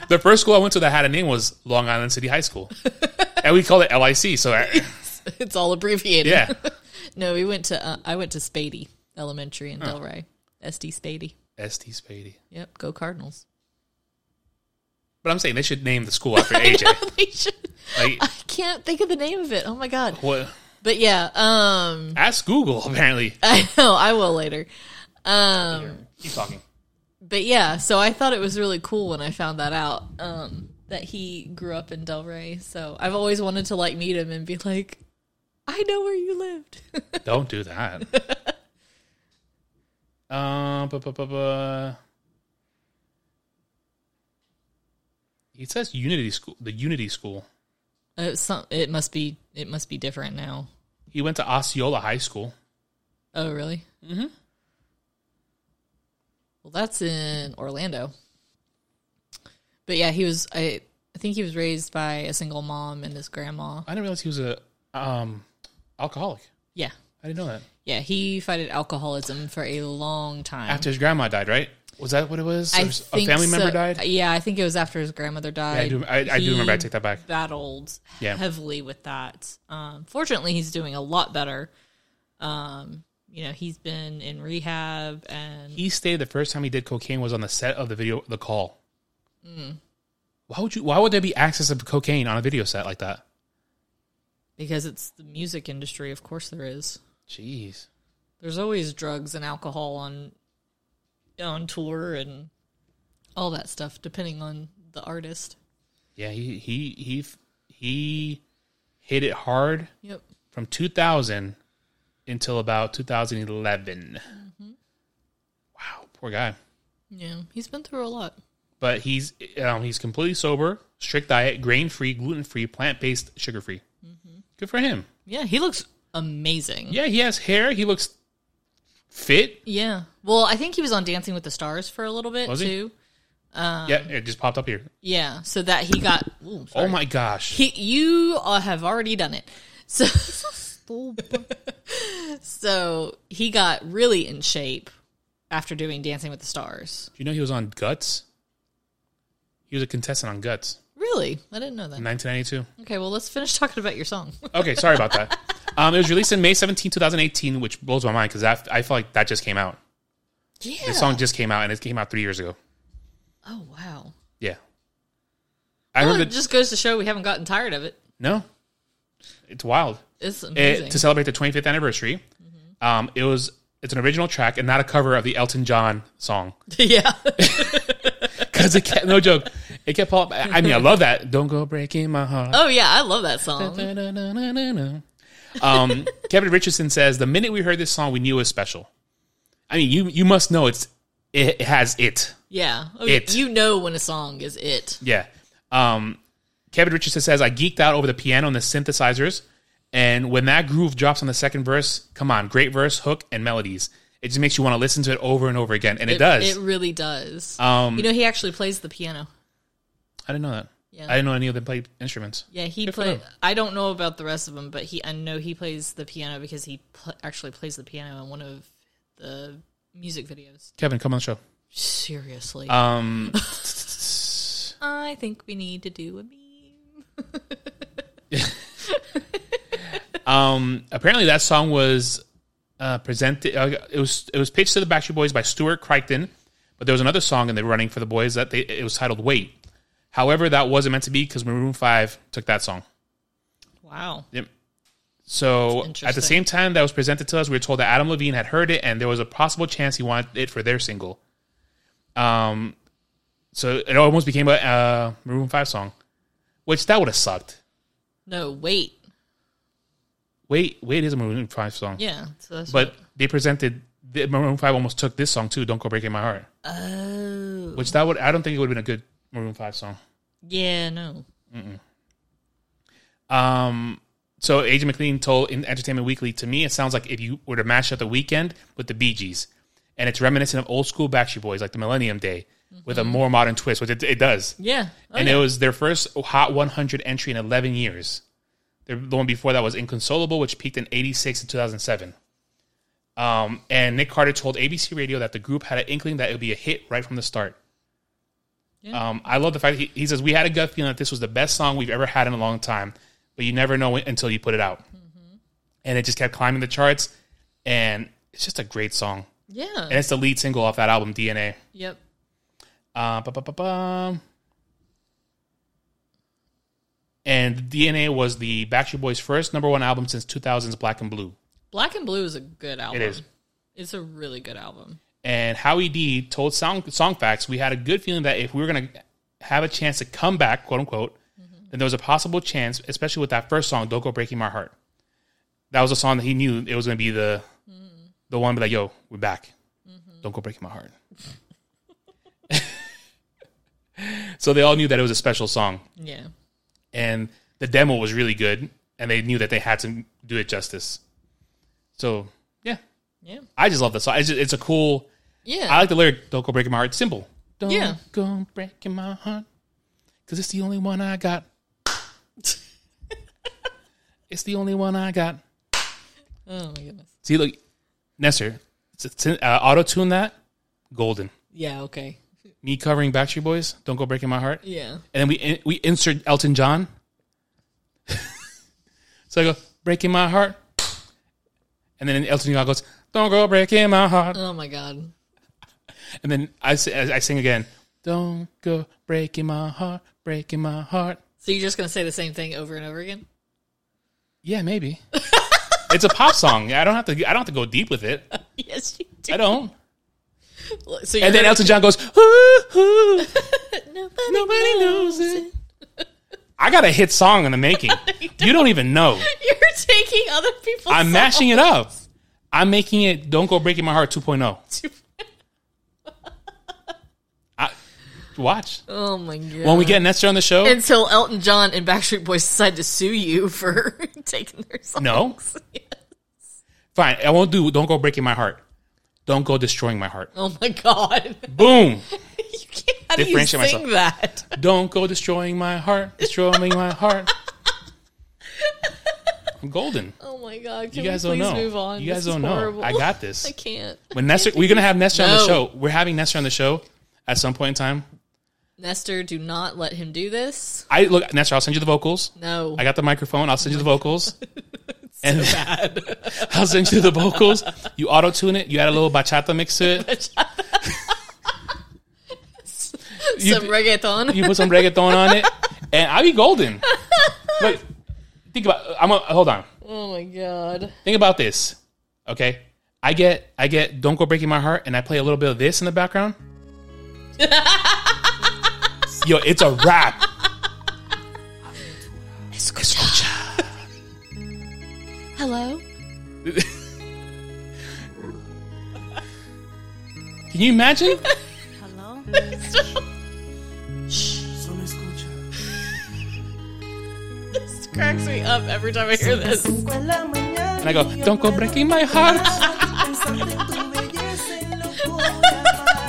Speaker 1: the first school I went to that had a name was Long Island City High School, and we called it LIC. So I,
Speaker 2: it's all abbreviated.
Speaker 1: yeah,
Speaker 2: No, we went to uh, I went to Spady Elementary in Delray. SD Spady.
Speaker 1: ST Spady.
Speaker 2: Yep, go Cardinals.
Speaker 1: But I'm saying they should name the school after AJ.
Speaker 2: They should-
Speaker 1: Like
Speaker 2: I can't think of the name of it. Oh my god.
Speaker 1: what?
Speaker 2: But yeah, um
Speaker 1: Ask Google. Apparently,
Speaker 2: I know I will later. Um
Speaker 1: keep talking.
Speaker 2: but yeah, so I thought it was really cool when I found that out um that he grew up in Delray. So I've always wanted to like meet him and be like I know where you lived.
Speaker 1: Don't do that. Um, bu- bu- bu- bu- It says Unity School. The Unity School.
Speaker 2: Uh, some, it must be it must be different now.
Speaker 1: He went to Osceola High School.
Speaker 2: Oh, really? Mm-hmm. Well, that's in Orlando. But yeah, he was. I I think he was raised by a single mom and his grandma.
Speaker 1: I didn't realize he was a um alcoholic.
Speaker 2: Yeah,
Speaker 1: I didn't know that.
Speaker 2: yeah. He fought alcoholism for a long time.
Speaker 1: After his grandma died, right? Was that what it was?
Speaker 2: I
Speaker 1: Or s- a
Speaker 2: think
Speaker 1: family
Speaker 2: so.
Speaker 1: member died.
Speaker 2: Yeah, I think it was after his grandmother died.
Speaker 1: I do- I- I do
Speaker 2: He
Speaker 1: remember. I take that back.
Speaker 2: Battled
Speaker 1: Yeah.
Speaker 2: heavily with that. Um, fortunately, he's doing a lot better. Um, you know, he's been in rehab and
Speaker 1: He stated the first time he did cocaine was on the set of the video, The Call. Why would you? Why would there be access of cocaine on a video set like that?
Speaker 2: because it's the music industry, of course, there is.
Speaker 1: Jeez.
Speaker 2: there's always drugs and alcohol on on tour and all that stuff depending on the artist
Speaker 1: Yeah, he he he f- he hit it hard
Speaker 2: yep
Speaker 1: from 2000 until about 2011. Wow, poor guy.
Speaker 2: yeah he's been through a lot
Speaker 1: But he's um, he's completely sober, strict diet, grain free, gluten free, plant based, sugar free. Good for him.
Speaker 2: yeah he looks amazing
Speaker 1: Yeah, he has hair. He looks fit.
Speaker 2: yeah well i think he was on dancing with the stars for a little bit
Speaker 1: Was he?
Speaker 2: too
Speaker 1: yeah, it just popped up here.
Speaker 2: yeah so that he got ooh,
Speaker 1: Oh my gosh.
Speaker 2: he, you uh, have already done it so So he got really in shape after doing Dancing with the Stars.
Speaker 1: Do you know he was on Guts? He was a contestant on Guts
Speaker 2: Really? I didn't know
Speaker 1: in
Speaker 2: that.
Speaker 1: 1992.
Speaker 2: Okay, well, let's finish talking about your song.
Speaker 1: Okay, sorry about that. Um, it was released in May 17, 2018, which blows my mind because I feel like that just came out.
Speaker 2: yeah.
Speaker 1: The song just came out, and it came out three years ago.
Speaker 2: Oh, wow.
Speaker 1: Yeah, I
Speaker 2: Well,
Speaker 1: heard
Speaker 2: Oh, it
Speaker 1: that.
Speaker 2: just goes to show we haven't gotten tired of it.
Speaker 1: No, it's wild.
Speaker 2: It's
Speaker 1: It-
Speaker 2: amazing.
Speaker 1: Eh,
Speaker 2: Mm-hmm.
Speaker 1: to celebrate the 25th anniversary, um, it was it's an original track and not a cover of the Elton John song.
Speaker 2: yeah.
Speaker 1: Because it kept, no joke, it kept all. I I mean, I love that. Don't go breaking my heart.
Speaker 2: Oh, yeah. I love that song.
Speaker 1: Um, Kevin Richardson says, "The minute we heard this song, we knew it was special. I mean, you you must know it's it, it has it.
Speaker 2: Yeah. Oh,
Speaker 1: It.
Speaker 2: You know when a song is it.
Speaker 1: Yeah. Um, Kevin Richardson says, I geeked out over the piano and the synthesizers, and when that groove drops on the second verse, come on, great verse, hook, and melodies. It just makes you want to listen to it over and over again, and it, does.
Speaker 2: It really does.
Speaker 1: um,
Speaker 2: you know, he actually plays the piano.
Speaker 1: I didn't know that.
Speaker 2: Yeah.
Speaker 1: I didn't know any of them played instruments.
Speaker 2: Yeah, he
Speaker 1: Good for
Speaker 2: played.
Speaker 1: him.
Speaker 2: I don't know about the rest of them, but he I know he plays the piano because he pl- actually plays the piano in one of the music videos.
Speaker 1: Kevin, come on the show.
Speaker 2: Seriously,
Speaker 1: Um,
Speaker 2: I think we need to do a meme.
Speaker 1: um, apparently, that song was uh, presented. Uh, it was it was pitched to the Backstreet Boys by Stuart Crichton, but there was another song in the running for the boys that they it was titled "Wait." However, that wasn't meant to be because Maroon Five took that song.
Speaker 2: Wow.
Speaker 1: Yep. So
Speaker 2: That's
Speaker 1: at the
Speaker 2: interesting.
Speaker 1: same time that was presented to us, we were told that Adam Levine had heard it, and there was a possible chance he wanted it for their single. Um, so it almost became a uh, Maroon Five song, which that would have sucked.
Speaker 2: No, wait.
Speaker 1: Wait, wait, it is a Maroon Five song,
Speaker 2: Yeah. So that's
Speaker 1: but they presented the Maroon Five almost took this song too. Don't go breaking my heart,
Speaker 2: what- oh,
Speaker 1: which that would I don't think it would have been a good Maroon Five song.
Speaker 2: yeah. No.
Speaker 1: Um, so AJ McLean told in Entertainment Weekly, to me, it sounds like if you were to mash up the weekend with the Bee Gees, and it's reminiscent of old school Backstreet Boys, like the Millennium Day, with a more modern twist, which it, it does.
Speaker 2: Yeah. Oh,
Speaker 1: and
Speaker 2: yeah.
Speaker 1: it was their first Hot 100 entry in 11 years. The the one before that was Inconsolable, which peaked in 86 and 2007. Um, and Nick Carter told ABC Radio that the group had an inkling that it would be a hit right from the start.
Speaker 2: Yeah.
Speaker 1: Um, I love the fact that he, he says, We had a gut feeling that this was the best song we've ever had in a long time, but you never know it until you put it out.
Speaker 2: Mm-hmm.
Speaker 1: And it just kept climbing the charts. And it's just a great song.
Speaker 2: yeah.
Speaker 1: And it's the lead single off that album, DNA.
Speaker 2: yep.
Speaker 1: Uh, ba- ba- ba- bum. And DNA was the Backstreet Boys' first number one album since 2000's Black and Blue.
Speaker 2: Black and Blue is a good album.
Speaker 1: is.
Speaker 2: It's a really good album.
Speaker 1: And Howie D told Song, Songfacts, we had a good feeling that if we were going to have a chance to come back, quote unquote, then there was a possible chance, especially with that first song, Don't Go Breaking My Heart. That was a song that he knew it was going to be the the one, but like, yo, we're back. Don't Go Breaking My Heart. so they all knew that it was a special song.
Speaker 2: Yeah.
Speaker 1: and the demo was really good and they knew that they had to do it justice so yeah
Speaker 2: Yeah.
Speaker 1: i just love the song it's, just, it's a cool i
Speaker 2: Yeah.
Speaker 1: like the lyric don't go breaking my heart It's simple don't
Speaker 2: Yeah.
Speaker 1: go breaking my heart because it's the only one i got it's the only one i got
Speaker 2: oh my goodness.
Speaker 1: see look nestor it's- it's, uh, auto-tune that golden
Speaker 2: Yeah. Okay.
Speaker 1: me covering backstreet boys don't go breaking my heart
Speaker 2: Yeah.
Speaker 1: and then we we insert Elton John. so I go breaking my heart, and then Elton John goes, "Don't go breaking my heart,"
Speaker 2: Oh my god.
Speaker 1: and then I si- I sing again, "Don't go breaking my heart, breaking my heart."
Speaker 2: So you're just gonna say the same thing over and over again?
Speaker 1: Yeah, maybe it's a pop song. I don't have to I don't have to go deep with it.
Speaker 2: Yes, you do.
Speaker 1: I don't.
Speaker 2: So you're
Speaker 1: And then
Speaker 2: gonna-
Speaker 1: Elton John goes, "Ooh, ooh,
Speaker 2: Nobody-
Speaker 1: nobody knows it." I got a hit song in the making. You don't even know.
Speaker 2: You're taking other people's.
Speaker 1: I'm mashing it up. I'm making it Don't Go Breaking My Heart oh. 2.0.
Speaker 2: songs.
Speaker 1: I, watch.
Speaker 2: Oh my god!
Speaker 1: When we get Nestor on the show,
Speaker 2: until Elton John and Backstreet Boys decide to sue you for taking their songs.
Speaker 1: No. fine. I won't do Don't Go Breaking My Heart. Don't Go Destroying My Heart.
Speaker 2: Oh my god!
Speaker 1: Boom.
Speaker 2: You can't. How do you
Speaker 1: Differentiate
Speaker 2: sing
Speaker 1: myself.
Speaker 2: that?
Speaker 1: Don't Go Destroying My Heart. Destroying My Heart. I'm golden.
Speaker 2: Oh my god! Can
Speaker 1: You guys
Speaker 2: we
Speaker 1: don't
Speaker 2: please
Speaker 1: know.
Speaker 2: move on?
Speaker 1: You guys
Speaker 2: This is
Speaker 1: don't know.
Speaker 2: horrible.
Speaker 1: I got this.
Speaker 2: I can't.
Speaker 1: When Nestor, we're gonna have Nestor on the
Speaker 2: No.
Speaker 1: show. We're having Nestor on the show at some point in time.
Speaker 2: Nestor, do not let him do this.
Speaker 1: I look, Nestor. I'll send you the vocals.
Speaker 2: No.
Speaker 1: I got the microphone. I'll send you the vocals. and I'll send you the vocals. You auto tune it. You add a little bachata mix to it. you,
Speaker 2: Some reggaeton.
Speaker 1: you put some reggaeton on it, and I'll be golden. Look, think about. I'm. A, hold on.
Speaker 2: oh my god.
Speaker 1: Think about this. Okay. I get. I get. Don't go breaking my heart, and I play a little bit of this in the background. Yo, it's a rap.
Speaker 2: Hello.
Speaker 1: Can you imagine?
Speaker 3: Hello?
Speaker 2: This cracks me up every time I hear this.
Speaker 1: And I go, don't go breaking my heart. I'm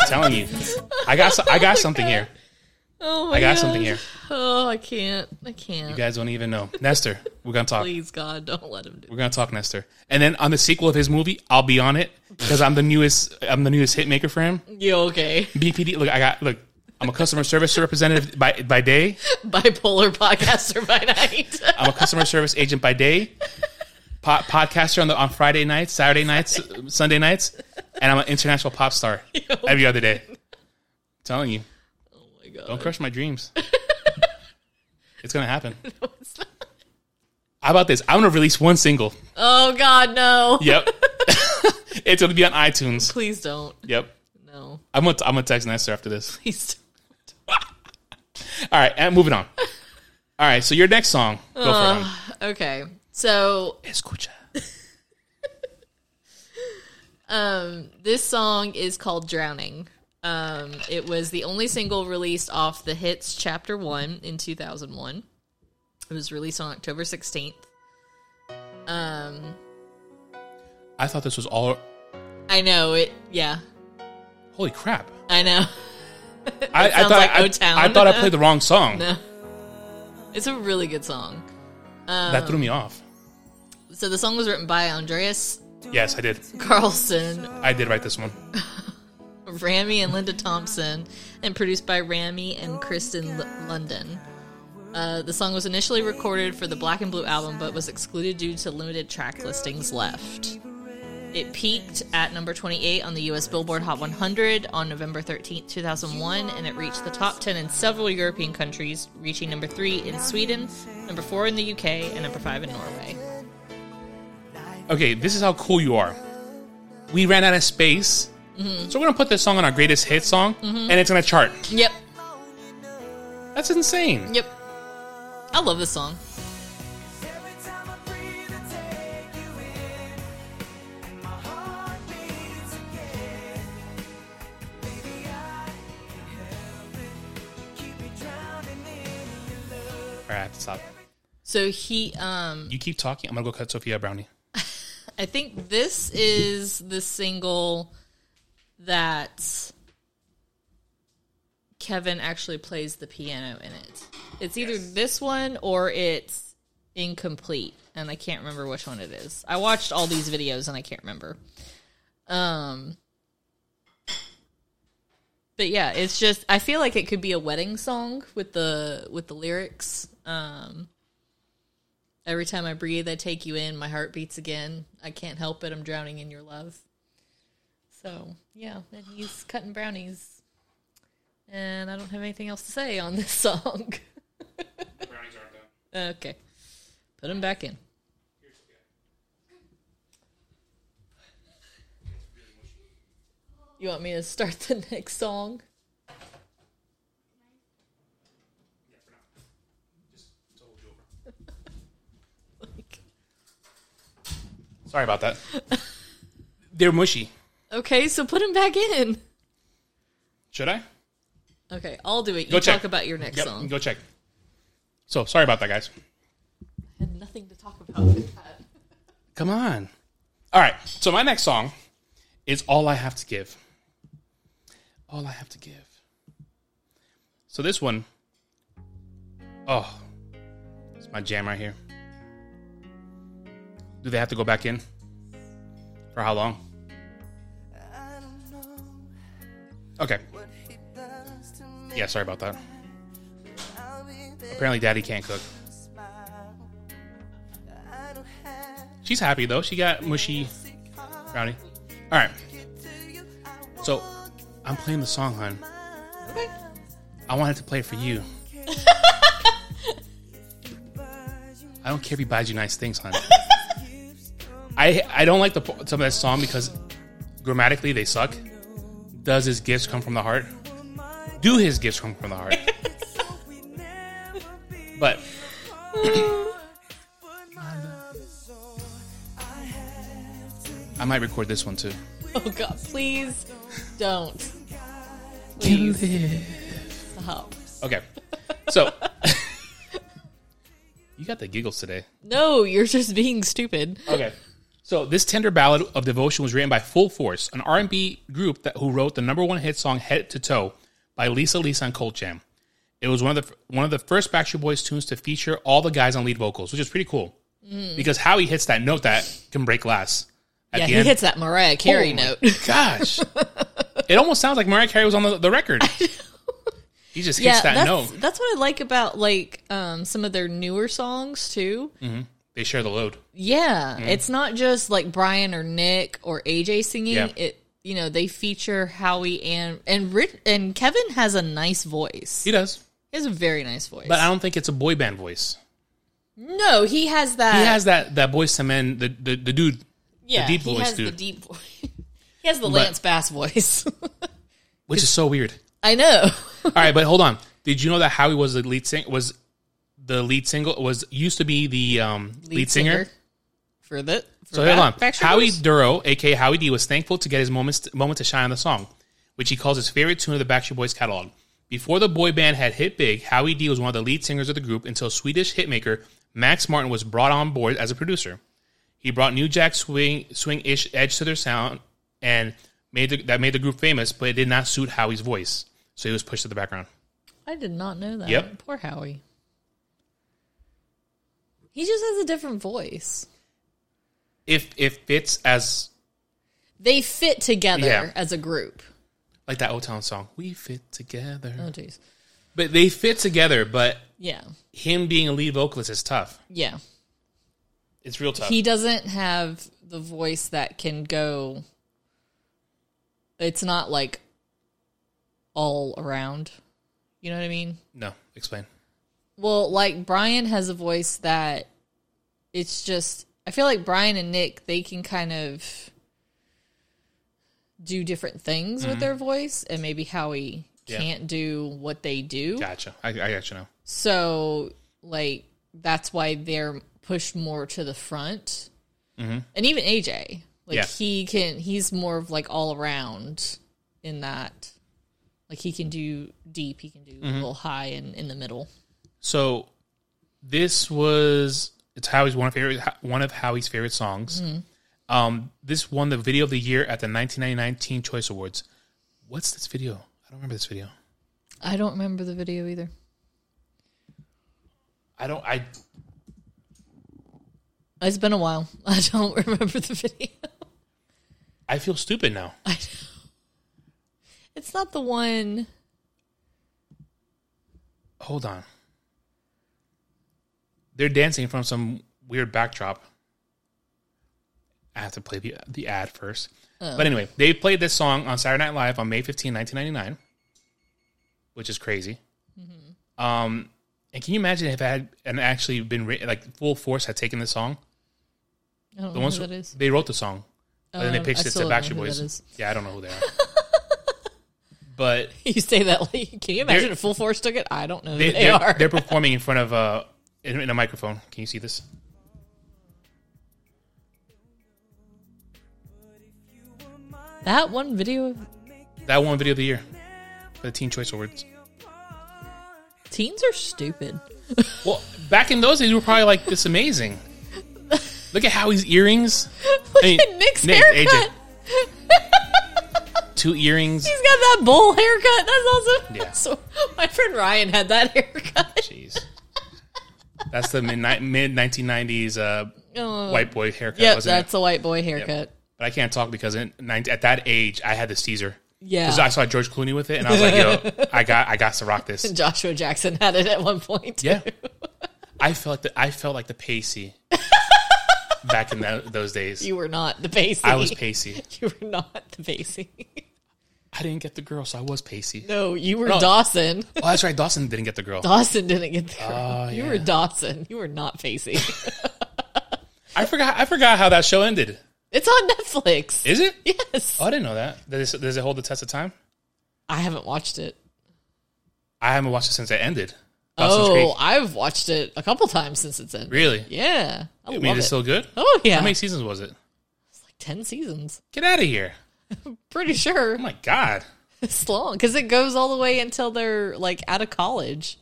Speaker 1: telling you, I got, so- I got something here.
Speaker 2: Oh my
Speaker 1: I got
Speaker 2: god.
Speaker 1: something here.
Speaker 2: Oh, I can't. I can't.
Speaker 1: You guys don't even know. Nestor, we're gonna talk.
Speaker 2: Please God, don't let him do.
Speaker 1: We're gonna talk Nestor. And then on the sequel of his movie, I'll be on it because I'm the newest. I'm the newest hit maker for him.
Speaker 2: You okay?
Speaker 1: BPD. Look, I got. Look, I'm a customer service representative by by day.
Speaker 2: Bipolar podcaster by night. Oh
Speaker 1: I'm a customer service agent by day. Po- podcaster on the on Friday nights, Saturday nights, Sunday nights, and I'm an international pop star every other day. telling you,
Speaker 2: oh my god.
Speaker 1: don't crush my dreams. it's gonna happen. How about this? I'm gonna release one single.
Speaker 2: Oh god, no.
Speaker 1: Yep. it's gonna be on iTunes.
Speaker 2: Please don't.
Speaker 1: Yep.
Speaker 2: No.
Speaker 1: I'm gonna I'm gonna text Nestor after this.
Speaker 2: Please don't.
Speaker 1: All right, and moving on. All right, so your next song, go for it.
Speaker 2: Okay. So,
Speaker 1: Escucha.
Speaker 2: um, this song is called Drowning. Um, it was the only single released off the Hits Chapter 1 in 2001. It was released on October 16th. Um,
Speaker 1: I thought this was all.
Speaker 2: I know it. Yeah,
Speaker 1: Holy crap!
Speaker 2: I know.
Speaker 1: I, I
Speaker 2: sounds
Speaker 1: thought
Speaker 2: like
Speaker 1: I,
Speaker 2: O-Town.
Speaker 1: I thought I played the wrong song.
Speaker 2: No. It's a really good song.
Speaker 1: That threw me off.
Speaker 2: So the song was written by Andreas
Speaker 1: Yes, I did.
Speaker 2: Carlson,
Speaker 1: I did write this one.
Speaker 2: Rami and Linda Thompson, and produced by Rami and Kristen L- London. Uh, the song was initially recorded for the Black and Blue album, but was excluded due to limited track listings left. It peaked at number 28 on the US Billboard Hot 100 on November 13, 2001, and it reached the top 10 in several European countries, reaching number 3 in Sweden, number 4 in the UK, and number 5 in Norway.
Speaker 1: Okay, this is how cool you are. We ran out of space,
Speaker 2: Mm-hmm.
Speaker 1: so we're gonna put this song on our greatest hit song, and it's gonna chart.
Speaker 2: Yep,
Speaker 1: That's insane.
Speaker 2: yep. I love this song.
Speaker 1: All right, I have to stop.
Speaker 2: So he, um,
Speaker 1: You keep talking. I'm gonna go cut Sophia a brownie.
Speaker 2: I think this is the single that Kevin actually plays the piano in it. It's either this one or it's incomplete, and I can't remember which one it is. I watched all these videos and I can't remember. Um, but yeah, it's just I feel like it could be a wedding song with the with the lyrics. Um, Every time I breathe, I take you in. My heart beats again. I can't help it. I'm drowning in your love. So, yeah, and he's cutting brownies. And I don't have anything else to say on this song. okay. Put him back in. You want me to start the next song?
Speaker 1: Sorry about that. They're mushy.
Speaker 2: Okay, so put him back in.
Speaker 1: Should I?
Speaker 2: Okay, I'll do it. You
Speaker 1: Go check.
Speaker 2: talk about your next
Speaker 1: Yep.
Speaker 2: song.
Speaker 1: Go check. So sorry about that, guys.
Speaker 2: I had nothing to talk about with that.
Speaker 1: Come on. All right. So my next song is All I Have to Give. All I Have to Give. So this one, oh, it's my jam right here. Do they have to go back in? For how long? Okay. Yeah, sorry about that. Apparently, Daddy can't cook. She's happy though. She got mushy brownie. All right. So, I'm playing the song, hun.
Speaker 2: Okay.
Speaker 1: I wanted to play it for you. I don't care if he buys you nice things, honey. I I don't like the po- some of that song because grammatically they suck. Does his gifts come from the heart? Do his gifts come from the heart? but I might record this one too.
Speaker 2: Oh God, please don't. Please stop.
Speaker 1: Okay, so you got the giggles today.
Speaker 2: No, you're just being stupid.
Speaker 1: Okay. So this tender ballad of devotion was written by Full Force, an R&B group that who wrote the number one hit song "Head to Toe" by Lisa Lisa and Cold Jam. It was one of the one of the first Backstreet Boys tunes to feature all the guys on lead vocals, which is pretty cool because how he hits that note that can break glass at
Speaker 2: Mm. Yeah,
Speaker 1: the
Speaker 2: he
Speaker 1: end.
Speaker 2: hits that Mariah Carey
Speaker 1: Oh my
Speaker 2: note.
Speaker 1: Gosh, it almost sounds like Mariah Carey was on the, the record. He just hits
Speaker 2: yeah,
Speaker 1: that
Speaker 2: that's
Speaker 1: note.
Speaker 2: that's what I like about like um, some of their newer songs too.
Speaker 1: Mm. They share the load.
Speaker 2: Yeah,
Speaker 1: Mm-hmm.
Speaker 2: it's not just like Brian or Nick or AJ singing.
Speaker 1: Yeah.
Speaker 2: It you know they feature Howie and and Rich, and Kevin has a nice voice.
Speaker 1: He does,
Speaker 2: He has a very nice voice.
Speaker 1: but I don't think it's a boy band voice.
Speaker 2: no, he has that.
Speaker 1: He has that that boys to men the the, the dude
Speaker 2: yeah,
Speaker 1: deep
Speaker 2: he
Speaker 1: voice,
Speaker 2: has the
Speaker 1: dude.
Speaker 2: deep voice. he has the Lance Bass voice.
Speaker 1: which is so weird.
Speaker 2: I know.
Speaker 1: All right, but hold on. Did you know that Howie was the lead sing was the lead single was used to be the um, lead, singer?
Speaker 2: for the. For
Speaker 1: So hold on.
Speaker 2: Back- Backstreet
Speaker 1: Howie
Speaker 2: Boys?
Speaker 1: Duro, aka Howie D, was thankful to get his moments moment to shine on the song, which he calls his favorite tune of the Backstreet Boys catalog. Before the boy band had hit big, Howie D was one of the lead singers of the group until Swedish hitmaker Max Martin was brought on board as a producer. He brought New Jack swing swing ish edge to their sound and made the, that made the group famous, but it did not suit Howie's voice, so he was pushed to the background.
Speaker 2: I did not know that.
Speaker 1: Yep.
Speaker 2: Poor Howie. He just has a different voice.
Speaker 1: if if fits as
Speaker 2: They fit together
Speaker 1: Yeah.
Speaker 2: as a group.
Speaker 1: like that old town song we fit together
Speaker 2: Oh jeez.
Speaker 1: but they fit together but
Speaker 2: Yeah.
Speaker 1: him being a lead vocalist is tough
Speaker 2: Yeah.
Speaker 1: it's real tough
Speaker 2: He doesn't have the voice that can go It's not like all around. You know what I mean?
Speaker 1: no explain
Speaker 2: Well, like Brian has a voice that it's just I feel like Brian and Nick they can kind of do different things with their voice and maybe Howie
Speaker 1: Mm-hmm. Yeah.
Speaker 2: can't do what they do.
Speaker 1: gotcha i, I gotcha now
Speaker 2: So like that's why they're pushed more to the front. And even AJ like
Speaker 1: Mm-hmm. Yeah.
Speaker 2: he can he's more of like all around in that like he can do deep, he can do
Speaker 1: Mm-hmm.
Speaker 2: a little high and in the middle.
Speaker 1: so this was it's howie's one of favorite one of howie's favorite songs um this won the video of the year at the 1999 teen choice awards what's this video i don't remember this video
Speaker 2: I don't remember the video either.
Speaker 1: i don't i
Speaker 2: It's been a while. I don't remember the video.
Speaker 1: i feel stupid now
Speaker 2: I it's not the one.
Speaker 1: hold on they're dancing from some weird backdrop i have to play the, the ad first
Speaker 2: Oh.
Speaker 1: but anyway they played this song on saturday night live on may 15 1999 which is crazy
Speaker 2: Mm-hmm.
Speaker 1: um, and can you imagine if i had and actually been written like full force had taken this song
Speaker 2: I don't
Speaker 1: the
Speaker 2: know
Speaker 1: ones
Speaker 2: Oh, who that is.
Speaker 1: they wrote the song and then
Speaker 2: Um,
Speaker 1: they
Speaker 2: I
Speaker 1: pitched it to
Speaker 2: still don't know
Speaker 1: backstreet
Speaker 2: who that
Speaker 1: boys
Speaker 2: is.
Speaker 1: yeah i don't know who they are but
Speaker 2: You say that like, can you imagine
Speaker 1: They're-
Speaker 2: if Full Force took it? I don't know who
Speaker 1: they,
Speaker 2: they,
Speaker 1: they are
Speaker 2: are.
Speaker 1: they're performing in front of uh in, in a microphone. Can you see this?
Speaker 2: That one video of
Speaker 1: That one video of the year for the Teen Choice Awards.
Speaker 2: teens are stupid.
Speaker 1: Well, back in those days, we were probably like this amazing. Look at Howie's earrings.
Speaker 2: Look
Speaker 1: I mean,
Speaker 2: at Nick's
Speaker 1: Nick,
Speaker 2: haircut.
Speaker 1: AJ. Two earrings.
Speaker 2: He's got that bowl haircut. That's awesome.
Speaker 1: Yeah.
Speaker 2: So, my friend Ryan had that haircut.
Speaker 1: Jeez, that's the mid mid nineteen nineties uh,
Speaker 2: Oh.
Speaker 1: white boy haircut.
Speaker 2: Yep,
Speaker 1: wasn't
Speaker 2: that's
Speaker 1: it?
Speaker 2: a white boy haircut.
Speaker 1: But I can't talk because in, nine- at that age, I had the Caesar. Because
Speaker 2: Yeah.
Speaker 1: I saw George Clooney with it, and I was like, "Yo, I got, I got to rock this."
Speaker 2: Joshua Jackson had it at one point.
Speaker 1: Yeah, I felt like the, I felt like the Pacey back in tho- those days.
Speaker 2: You were not the Pacey.
Speaker 1: I was Pacey.
Speaker 2: You were not the Pacey.
Speaker 1: I didn't get the girl, so I was Pacey.
Speaker 2: No, you were Dawson.
Speaker 1: Oh, that's right. Dawson didn't get the girl.
Speaker 2: Dawson didn't get there.
Speaker 1: Oh,
Speaker 2: you
Speaker 1: yeah.
Speaker 2: were Dawson. You were not Pacey.
Speaker 1: I forgot. I forgot how that show ended.
Speaker 2: it's on Netflix.
Speaker 1: Is it?
Speaker 2: yes.
Speaker 1: Oh, I didn't know that. Does, does it hold the test of time?
Speaker 2: I haven't watched it.
Speaker 1: I haven't watched it since it ended. Dawson's
Speaker 2: Oh,
Speaker 1: Creek.
Speaker 2: I've watched it a couple times since it's in.
Speaker 1: Really?
Speaker 2: Yeah. I,
Speaker 1: I
Speaker 2: love
Speaker 1: mean,
Speaker 2: it.
Speaker 1: it's still good.
Speaker 2: oh, yeah.
Speaker 1: How many seasons was it?
Speaker 2: it's like 10 seasons.
Speaker 1: Get out of here!
Speaker 2: Pretty sure.
Speaker 1: Oh my god.
Speaker 2: It's long because it goes all the way until they're like out of college.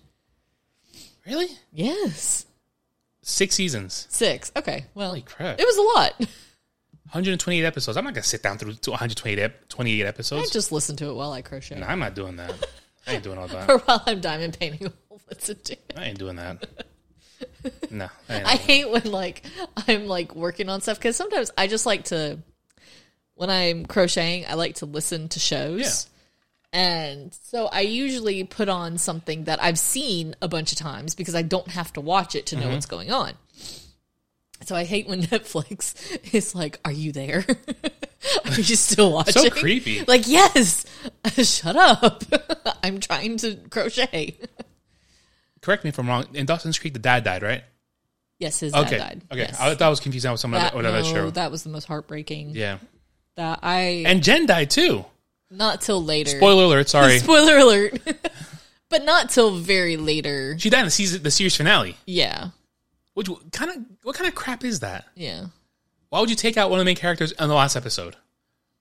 Speaker 1: Really?
Speaker 2: Yes.
Speaker 1: Six seasons.
Speaker 2: Six. Okay. Well,
Speaker 1: Holy crap.
Speaker 2: it was a lot.
Speaker 1: 128 episodes. I'm not gonna sit down through 128 ep- 28
Speaker 2: I
Speaker 1: episodes.
Speaker 2: just listen to it while I crochet.
Speaker 1: Nah, I'm not doing that. I ain't doing all that.
Speaker 2: Or while I'm diamond painting, I'll listen to it.
Speaker 1: I ain't doing that. No. I ain't
Speaker 2: I hate when like I'm like working on stuff because sometimes I just like to when I'm crocheting, I like to listen to shows. And so I usually put on something that I've seen a bunch of times because I don't have to watch it to
Speaker 1: Mm-hmm.
Speaker 2: know what's going on. So I hate when Netflix is like, "Are you there? Are you still watching?"
Speaker 1: So creepy.
Speaker 2: Like, yes, shut up. I'm trying to crochet.
Speaker 1: Correct me if I'm wrong. In Dawson's Creek, the dad died, right?
Speaker 2: Yes, his
Speaker 1: Okay.
Speaker 2: dad died.
Speaker 1: Okay.
Speaker 2: Yes.
Speaker 1: I, that was confusing with some
Speaker 2: that,
Speaker 1: other, another
Speaker 2: no,
Speaker 1: show.
Speaker 2: that was the most heartbreaking.
Speaker 1: yeah.
Speaker 2: That I
Speaker 1: And Jen died too.
Speaker 2: not till later.
Speaker 1: Spoiler alert. Sorry.
Speaker 2: Spoiler alert. but not till very later.
Speaker 1: She died in the season, the series finale.
Speaker 2: Yeah.
Speaker 1: Which kind of what kind of crap is that?
Speaker 2: Yeah.
Speaker 1: Why would you take out one of the main characters in the last episode?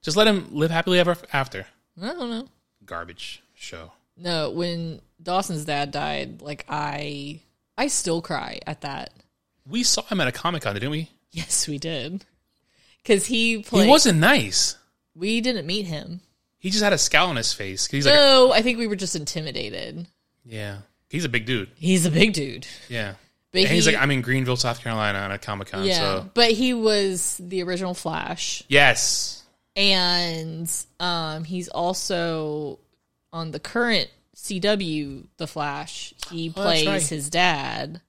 Speaker 1: Just let him live happily ever after.
Speaker 2: I don't know.
Speaker 1: Garbage show.
Speaker 2: No, when Dawson's dad died, like I I still cry at that.
Speaker 1: We saw him at a comic con, didn't we?
Speaker 2: Yes, we did. Cuz he played
Speaker 1: he wasn't nice.
Speaker 2: we didn't meet him.
Speaker 1: He just had a scowl on his face. 'Cause He's like,
Speaker 2: no, I think we were just intimidated.
Speaker 1: yeah, he's a big dude.
Speaker 2: He's a big dude.
Speaker 1: Yeah,
Speaker 2: But
Speaker 1: and he's
Speaker 2: he-
Speaker 1: like, I'm in Greenville, South Carolina, on a comic con.
Speaker 2: Yeah.
Speaker 1: So
Speaker 2: But he was the original Flash.
Speaker 1: yes,
Speaker 2: and um, he's also on the current CW, The Flash. He
Speaker 1: Oh, that's
Speaker 2: plays
Speaker 1: right.
Speaker 2: his dad.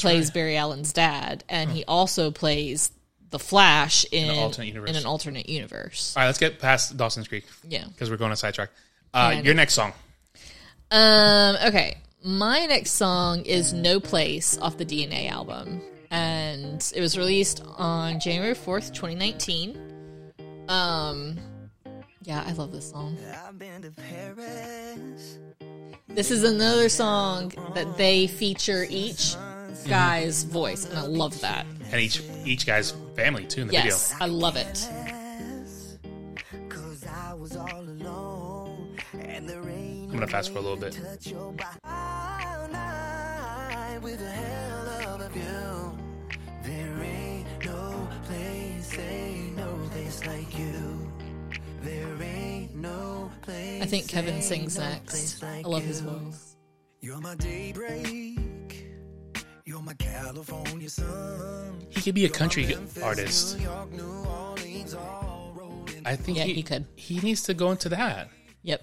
Speaker 2: he plays
Speaker 1: right.
Speaker 2: Barry Allen's dad, and he also plays the Flash in,
Speaker 1: an alternate universe.
Speaker 2: In an alternate universe,
Speaker 1: All right, let's get past Dawson's Creek
Speaker 2: yeah.
Speaker 1: because we're going on sidetrack. Uh,
Speaker 2: Yeah.
Speaker 1: your next song.
Speaker 2: Um. Okay. My next song is "No Place" off the DNA album, and it was released on January fourth, twenty nineteen. Um. Yeah, I love this song.
Speaker 3: I've been to Paris.
Speaker 2: This is another song that they feature each guy's voice, and I love that.
Speaker 1: and each each guy's family too in the
Speaker 2: Yes, I love it.
Speaker 3: Cause I was all alone. And the rain.
Speaker 1: I'm gonna fast forward a little bit.
Speaker 3: Touch your body all night with a hell of a view. There ain't no place, ain't no place like you. There ain't no place.
Speaker 2: I think Kevin
Speaker 3: ain't
Speaker 2: sings
Speaker 3: no
Speaker 2: next.
Speaker 3: place like
Speaker 2: I love his
Speaker 3: you.
Speaker 2: voice.
Speaker 3: You're my daybreak. You're my California sun.
Speaker 1: video. He could be a country artist.
Speaker 3: New York, New Orleans, all rolled in.
Speaker 1: I think
Speaker 2: Yeah, he could.
Speaker 1: He needs to go into that.
Speaker 2: Yep,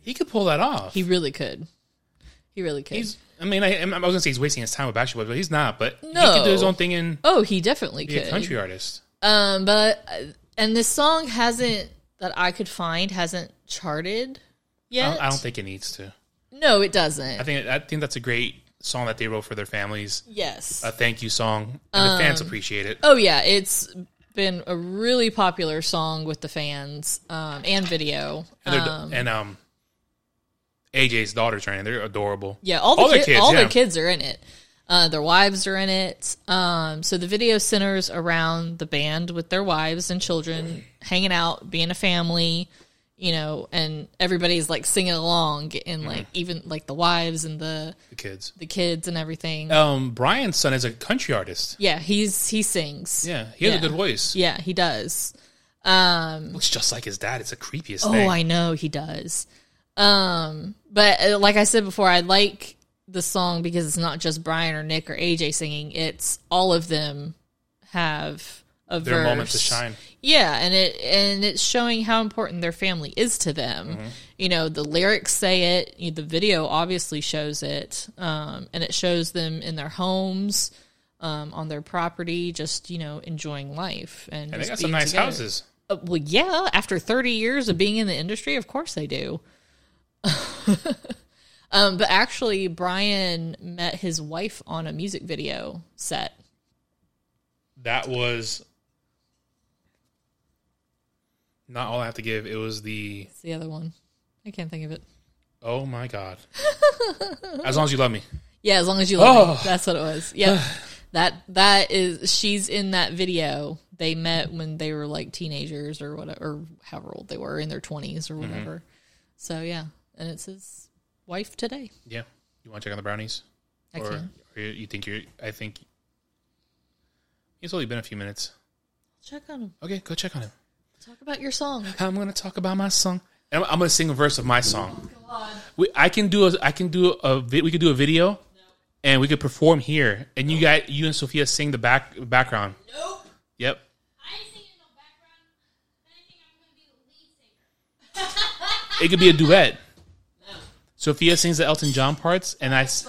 Speaker 1: He could pull that off.
Speaker 2: he really could. He really could.
Speaker 1: he's. I mean, I, I was gonna say he's wasting his time with Backstreet Boys, but he's not. But he
Speaker 2: No.
Speaker 1: could do his own thing and
Speaker 2: oh, he definitely
Speaker 1: be a
Speaker 2: could.
Speaker 1: country artist.
Speaker 2: Um, but and this song hasn't that I could find hasn't charted
Speaker 1: I
Speaker 2: yet.
Speaker 1: don't, I don't think it needs to.
Speaker 2: No, it doesn't.
Speaker 1: I think I think that's a great song that they wrote for their families.
Speaker 2: yes.
Speaker 1: A thank you song, and the fans appreciate it.
Speaker 2: Oh yeah, it's been a really popular song with the fans um, and video.
Speaker 1: and, they're- and um, AJ's daughters right, they're adorable.
Speaker 2: Yeah, all the,
Speaker 1: All their
Speaker 2: ki-
Speaker 1: kids,
Speaker 2: all their
Speaker 1: yeah.
Speaker 2: kids are in it. Uh, their wives are in it. Um, so the video centers around the band with their wives and children hanging out, being a family, you know, and everybody's like singing along
Speaker 1: Mm-hmm.
Speaker 2: and like even like the wives and the
Speaker 1: the kids.
Speaker 2: the kids and everything.
Speaker 1: Um, Brian's son is a country artist.
Speaker 2: Yeah, he's he sings.
Speaker 1: Yeah, he has
Speaker 2: Yeah.
Speaker 1: a good voice.
Speaker 2: Yeah, he does.
Speaker 1: Looks just like his dad. It's the creepiest
Speaker 2: Oh,
Speaker 1: thing.
Speaker 2: I know he does. Um, but uh, like I said before, I like the song because it's not just Brian or Nick or AJ singing; it's all of them have a
Speaker 1: Their
Speaker 2: verse.
Speaker 1: moment to shine.
Speaker 2: Yeah, and it and it's showing how important their family is to them.
Speaker 1: Mm-hmm.
Speaker 2: You know, the lyrics say it. you- The video obviously shows it, um, and it shows them in their homes, um, on their property, just you know, enjoying life. And,
Speaker 1: And they
Speaker 2: just
Speaker 1: got some
Speaker 2: being
Speaker 1: nice
Speaker 2: together.
Speaker 1: houses.
Speaker 2: Uh, well, yeah. After thirty years of being in the industry, of course they do. um, but actually, Brian met his wife on a music video set.
Speaker 1: That was not all I have to give. It was the
Speaker 2: It's the other one. I can't think of it.
Speaker 1: oh my god. as long as you love me.
Speaker 2: Yeah, as long as you love me.
Speaker 1: Oh.
Speaker 2: That's what it was. Yep. that that is she's in that video. They met when they were like teenagers or whatever or however old they were in their twenties
Speaker 1: Mm-hmm.
Speaker 2: or whatever. So yeah. And it's his wife today.
Speaker 1: Yeah. You want to check on the brownies?
Speaker 2: I
Speaker 1: or
Speaker 2: can.
Speaker 1: or you, you think you're? I think it's only been a few minutes.
Speaker 2: Check on him.
Speaker 1: Okay, go check on him.
Speaker 2: Talk about your song.
Speaker 1: I'm gonna talk about my song. And I'm, I'm gonna sing a verse of my song. We, I can do a. I can do a. vi- We could do a video, and we could perform here. And you got you and Sophia sing the back background. Nope. Yep. It could be a duet. Sophia sings the Elton John parts, and I, s-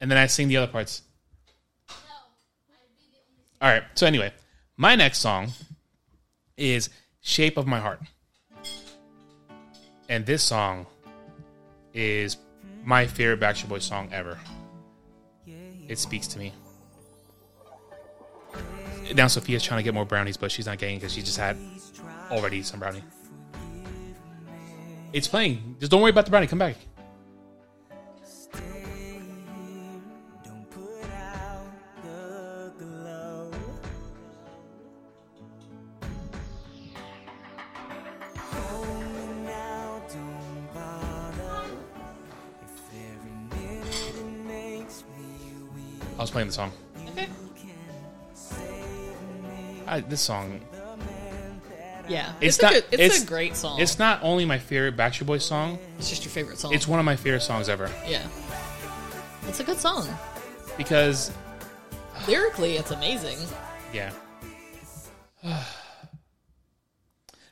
Speaker 1: and then I sing the other parts. All right. So anyway, my next song is "Shape of My Heart," and this song is my favorite Backstreet Boys song ever. It speaks to me. Now Sophia's trying to get more brownies, but she's not getting because she just had already some brownie. It's playing. Just don't worry about the brownie. Come back.
Speaker 3: Don't put out the glow. Hold me now, don't bother. If every minute it makes me weak,
Speaker 1: I was playing the song.
Speaker 2: Okay.
Speaker 1: I, this song.
Speaker 2: Yeah.
Speaker 1: It's
Speaker 2: a
Speaker 1: not-
Speaker 2: good- it's,
Speaker 1: it's-
Speaker 2: a great song. It's,
Speaker 1: It's not only my favorite Backstreet Boys song.
Speaker 2: just your favorite song.
Speaker 1: It's one of my favorite songs ever
Speaker 2: yeah. It's a good song.
Speaker 1: because
Speaker 2: Lyrically it's amazing.
Speaker 1: Yeah.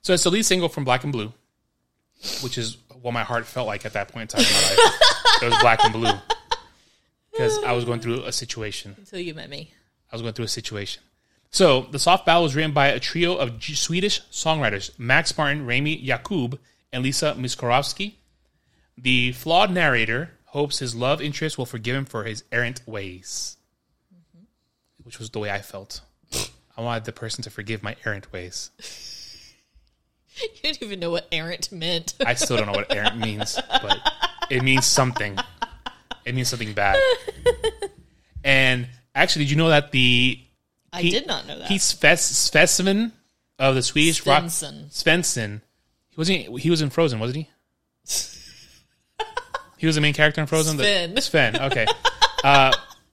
Speaker 1: so it's the lead single from Black and Blue, which is what my heart felt like at that point in time in my life. it was Black and Blue because I was going through a situation.
Speaker 2: Until you met me.
Speaker 1: I was going through a situation. So the soft ballad was written by a trio of G- Swedish songwriters: Max Martin, Rami Jakub, and Lisa Miskorowski. The flawed narrator hopes his love interest will forgive him for his errant ways, which was the way I felt. I wanted the person to forgive my errant ways.
Speaker 2: you didn't even know what errant meant.
Speaker 1: I still don't know what errant means, but it means something. It means something bad. And actually, did you know that the
Speaker 2: I
Speaker 1: He-
Speaker 2: did not know that.
Speaker 1: Pete Sves- Svensson of the Swedish rock
Speaker 2: Svensson.
Speaker 1: Svensson. He was he, he was in Frozen, wasn't he? he was the main character in Frozen. The-
Speaker 2: Sven.
Speaker 1: Sven. Okay.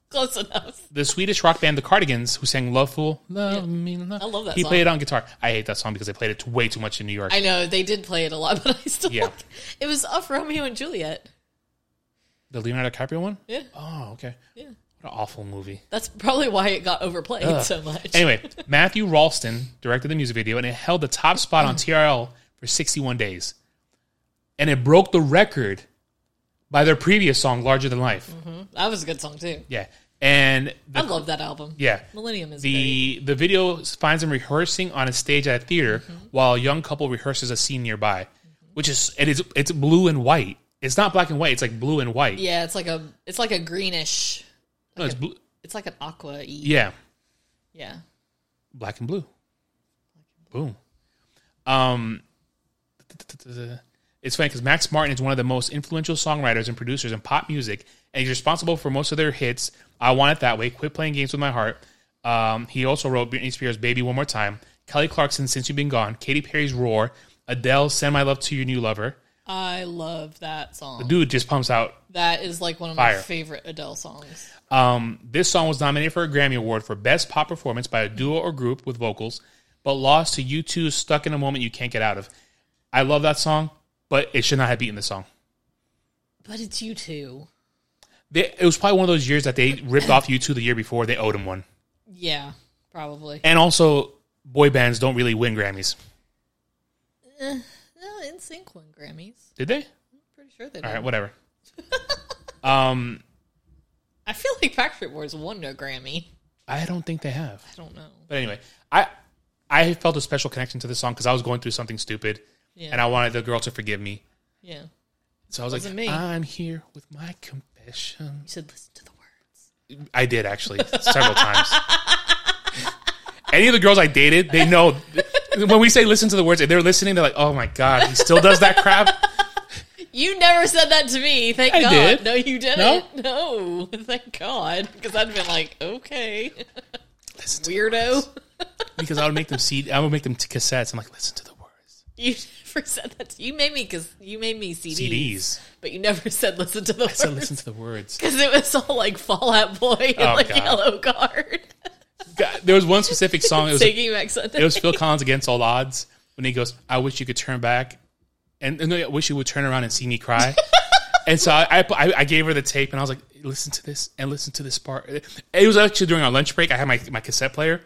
Speaker 2: Close enough.
Speaker 1: the Swedish rock band The Cardigans, who sang "Loveful," love me, love.
Speaker 2: I love that
Speaker 1: He
Speaker 2: song.
Speaker 1: played it on guitar. I hate that song because they played it way too much in New York.
Speaker 2: I know they did play it a lot, but I still
Speaker 1: Yeah.
Speaker 2: it was off Romeo and Juliet.
Speaker 1: the Leonardo DiCaprio one.
Speaker 2: Yeah.
Speaker 1: Oh, okay.
Speaker 2: Yeah.
Speaker 1: What an awful movie.
Speaker 2: That's probably why it got overplayed
Speaker 1: Ugh.
Speaker 2: so much.
Speaker 1: Anyway, Matthew Ralston directed the music video, and it held the top spot on TRL for 61 days, and it broke the record by their previous song "Larger Than Life."
Speaker 2: that was a good song too.
Speaker 1: Yeah, and
Speaker 2: I
Speaker 1: the,
Speaker 2: love that album.
Speaker 1: yeah,
Speaker 2: Millennium is great.
Speaker 1: the the video finds them rehearsing on a stage at a theater while a young couple rehearses a scene nearby, which is it is it's blue and white. It's not black and white. It's like blue and white.
Speaker 2: yeah. It's like a it's like a greenish.
Speaker 1: no, it's blue.
Speaker 2: It's like an aqua. Yeah.
Speaker 1: Yeah,
Speaker 2: yeah.
Speaker 1: black and blue. Boom. Um, it's funny because Max Martin is one of the most influential songwriters and producers in pop music, and he's responsible for most of their hits. I want it that way. Quit playing games with my heart. Um, he also wrote Britney Spears' "Baby One More Time," Kelly Clarkson's "Since You've Been Gone," Katy Perry's "Roar," Adele "Send My Love to Your New Lover."
Speaker 2: I love that song.
Speaker 1: Dude just pumps out.
Speaker 2: that is like one of
Speaker 1: Fire.
Speaker 2: my favorite Adele songs.
Speaker 1: Um, this song was nominated for a Grammy Award for Best Pop Performance by a Duo or Group with Vocals, but lost to U2's Stuck in a Moment You Can't Get Out of. I love that song, but it should not have beaten the song.
Speaker 2: But it's you two.
Speaker 1: They, it was probably one of those years that they ripped off U2 the year before. They owed him one.
Speaker 2: Yeah. probably.
Speaker 1: And also, boy bands don't really win Grammys,
Speaker 2: No, in sync won Grammys.
Speaker 1: did they?
Speaker 2: Pretty sure they did.
Speaker 1: All right, whatever. um,
Speaker 2: I feel like Backstreet Boys won no Grammy.
Speaker 1: I don't think they have.
Speaker 2: I don't know.
Speaker 1: But anyway, I I felt a special connection to this song because I was going through something stupid,
Speaker 2: Yeah.
Speaker 1: and I wanted the girl to forgive me.
Speaker 2: Yeah.
Speaker 1: So I was
Speaker 2: Wasn't
Speaker 1: like,
Speaker 2: me.
Speaker 1: I'm here with my confession.
Speaker 2: You said listen to the words.
Speaker 1: I did actually several times. Any of the girls I dated, they know when we say listen to the words, if they're listening, they're like, oh my God, he still does that crap.
Speaker 2: You never said that to me. Thank
Speaker 1: I
Speaker 2: God.
Speaker 1: did.
Speaker 2: No, you didn't. No. Thank God. Because I'd been like, okay.
Speaker 1: Listen to-
Speaker 2: Weirdo.
Speaker 1: because I would make them see, I would make them t- cassettes. I'm like, listen to the words.
Speaker 2: You never said that. To, you made me because you made me CDs,
Speaker 1: CDs.
Speaker 2: but you never said listen to the
Speaker 1: I said,
Speaker 2: words
Speaker 1: listen to the words.
Speaker 2: because it was all like Fallout Boy and
Speaker 1: Oh,
Speaker 2: like
Speaker 1: God.
Speaker 2: Yellow Card,
Speaker 1: God, there was one specific song. It was,
Speaker 2: Taking Back Sunday.
Speaker 1: it was Phil Collins against all odds when he goes, I wish you could turn back. And, and no, I wish you would turn around and see me cry. and so I, I, I gave her the tape and I was like, listen to this and listen to this part. It was actually during our lunch break. I had my, my cassette player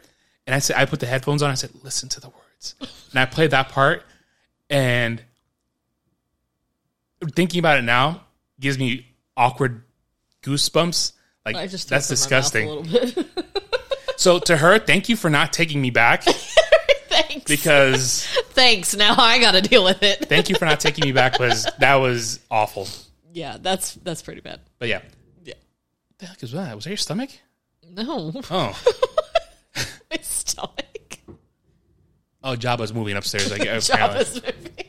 Speaker 1: and I said, I put the headphones on. I said, listen to the words. And I played that part. And thinking about it now gives me awkward goosebumps. Like,
Speaker 2: I just threw
Speaker 1: that's
Speaker 2: up in my mouth
Speaker 1: disgusting.
Speaker 2: a little bit.
Speaker 1: So to her, thank you for not taking me back
Speaker 2: Thanks.
Speaker 1: because.
Speaker 2: Thanks. Now I got to deal with it.
Speaker 1: thank you for not taking me back was that was awful.
Speaker 2: yeah, that's that's pretty bad.
Speaker 1: But yeah.
Speaker 2: Yeah.
Speaker 1: What the heck was that? Was that your stomach?
Speaker 2: No,
Speaker 1: Oh.
Speaker 2: my stomach.
Speaker 1: Oh, Jabba's moving upstairs. I guess,
Speaker 2: Job
Speaker 1: apparently.
Speaker 2: is moving.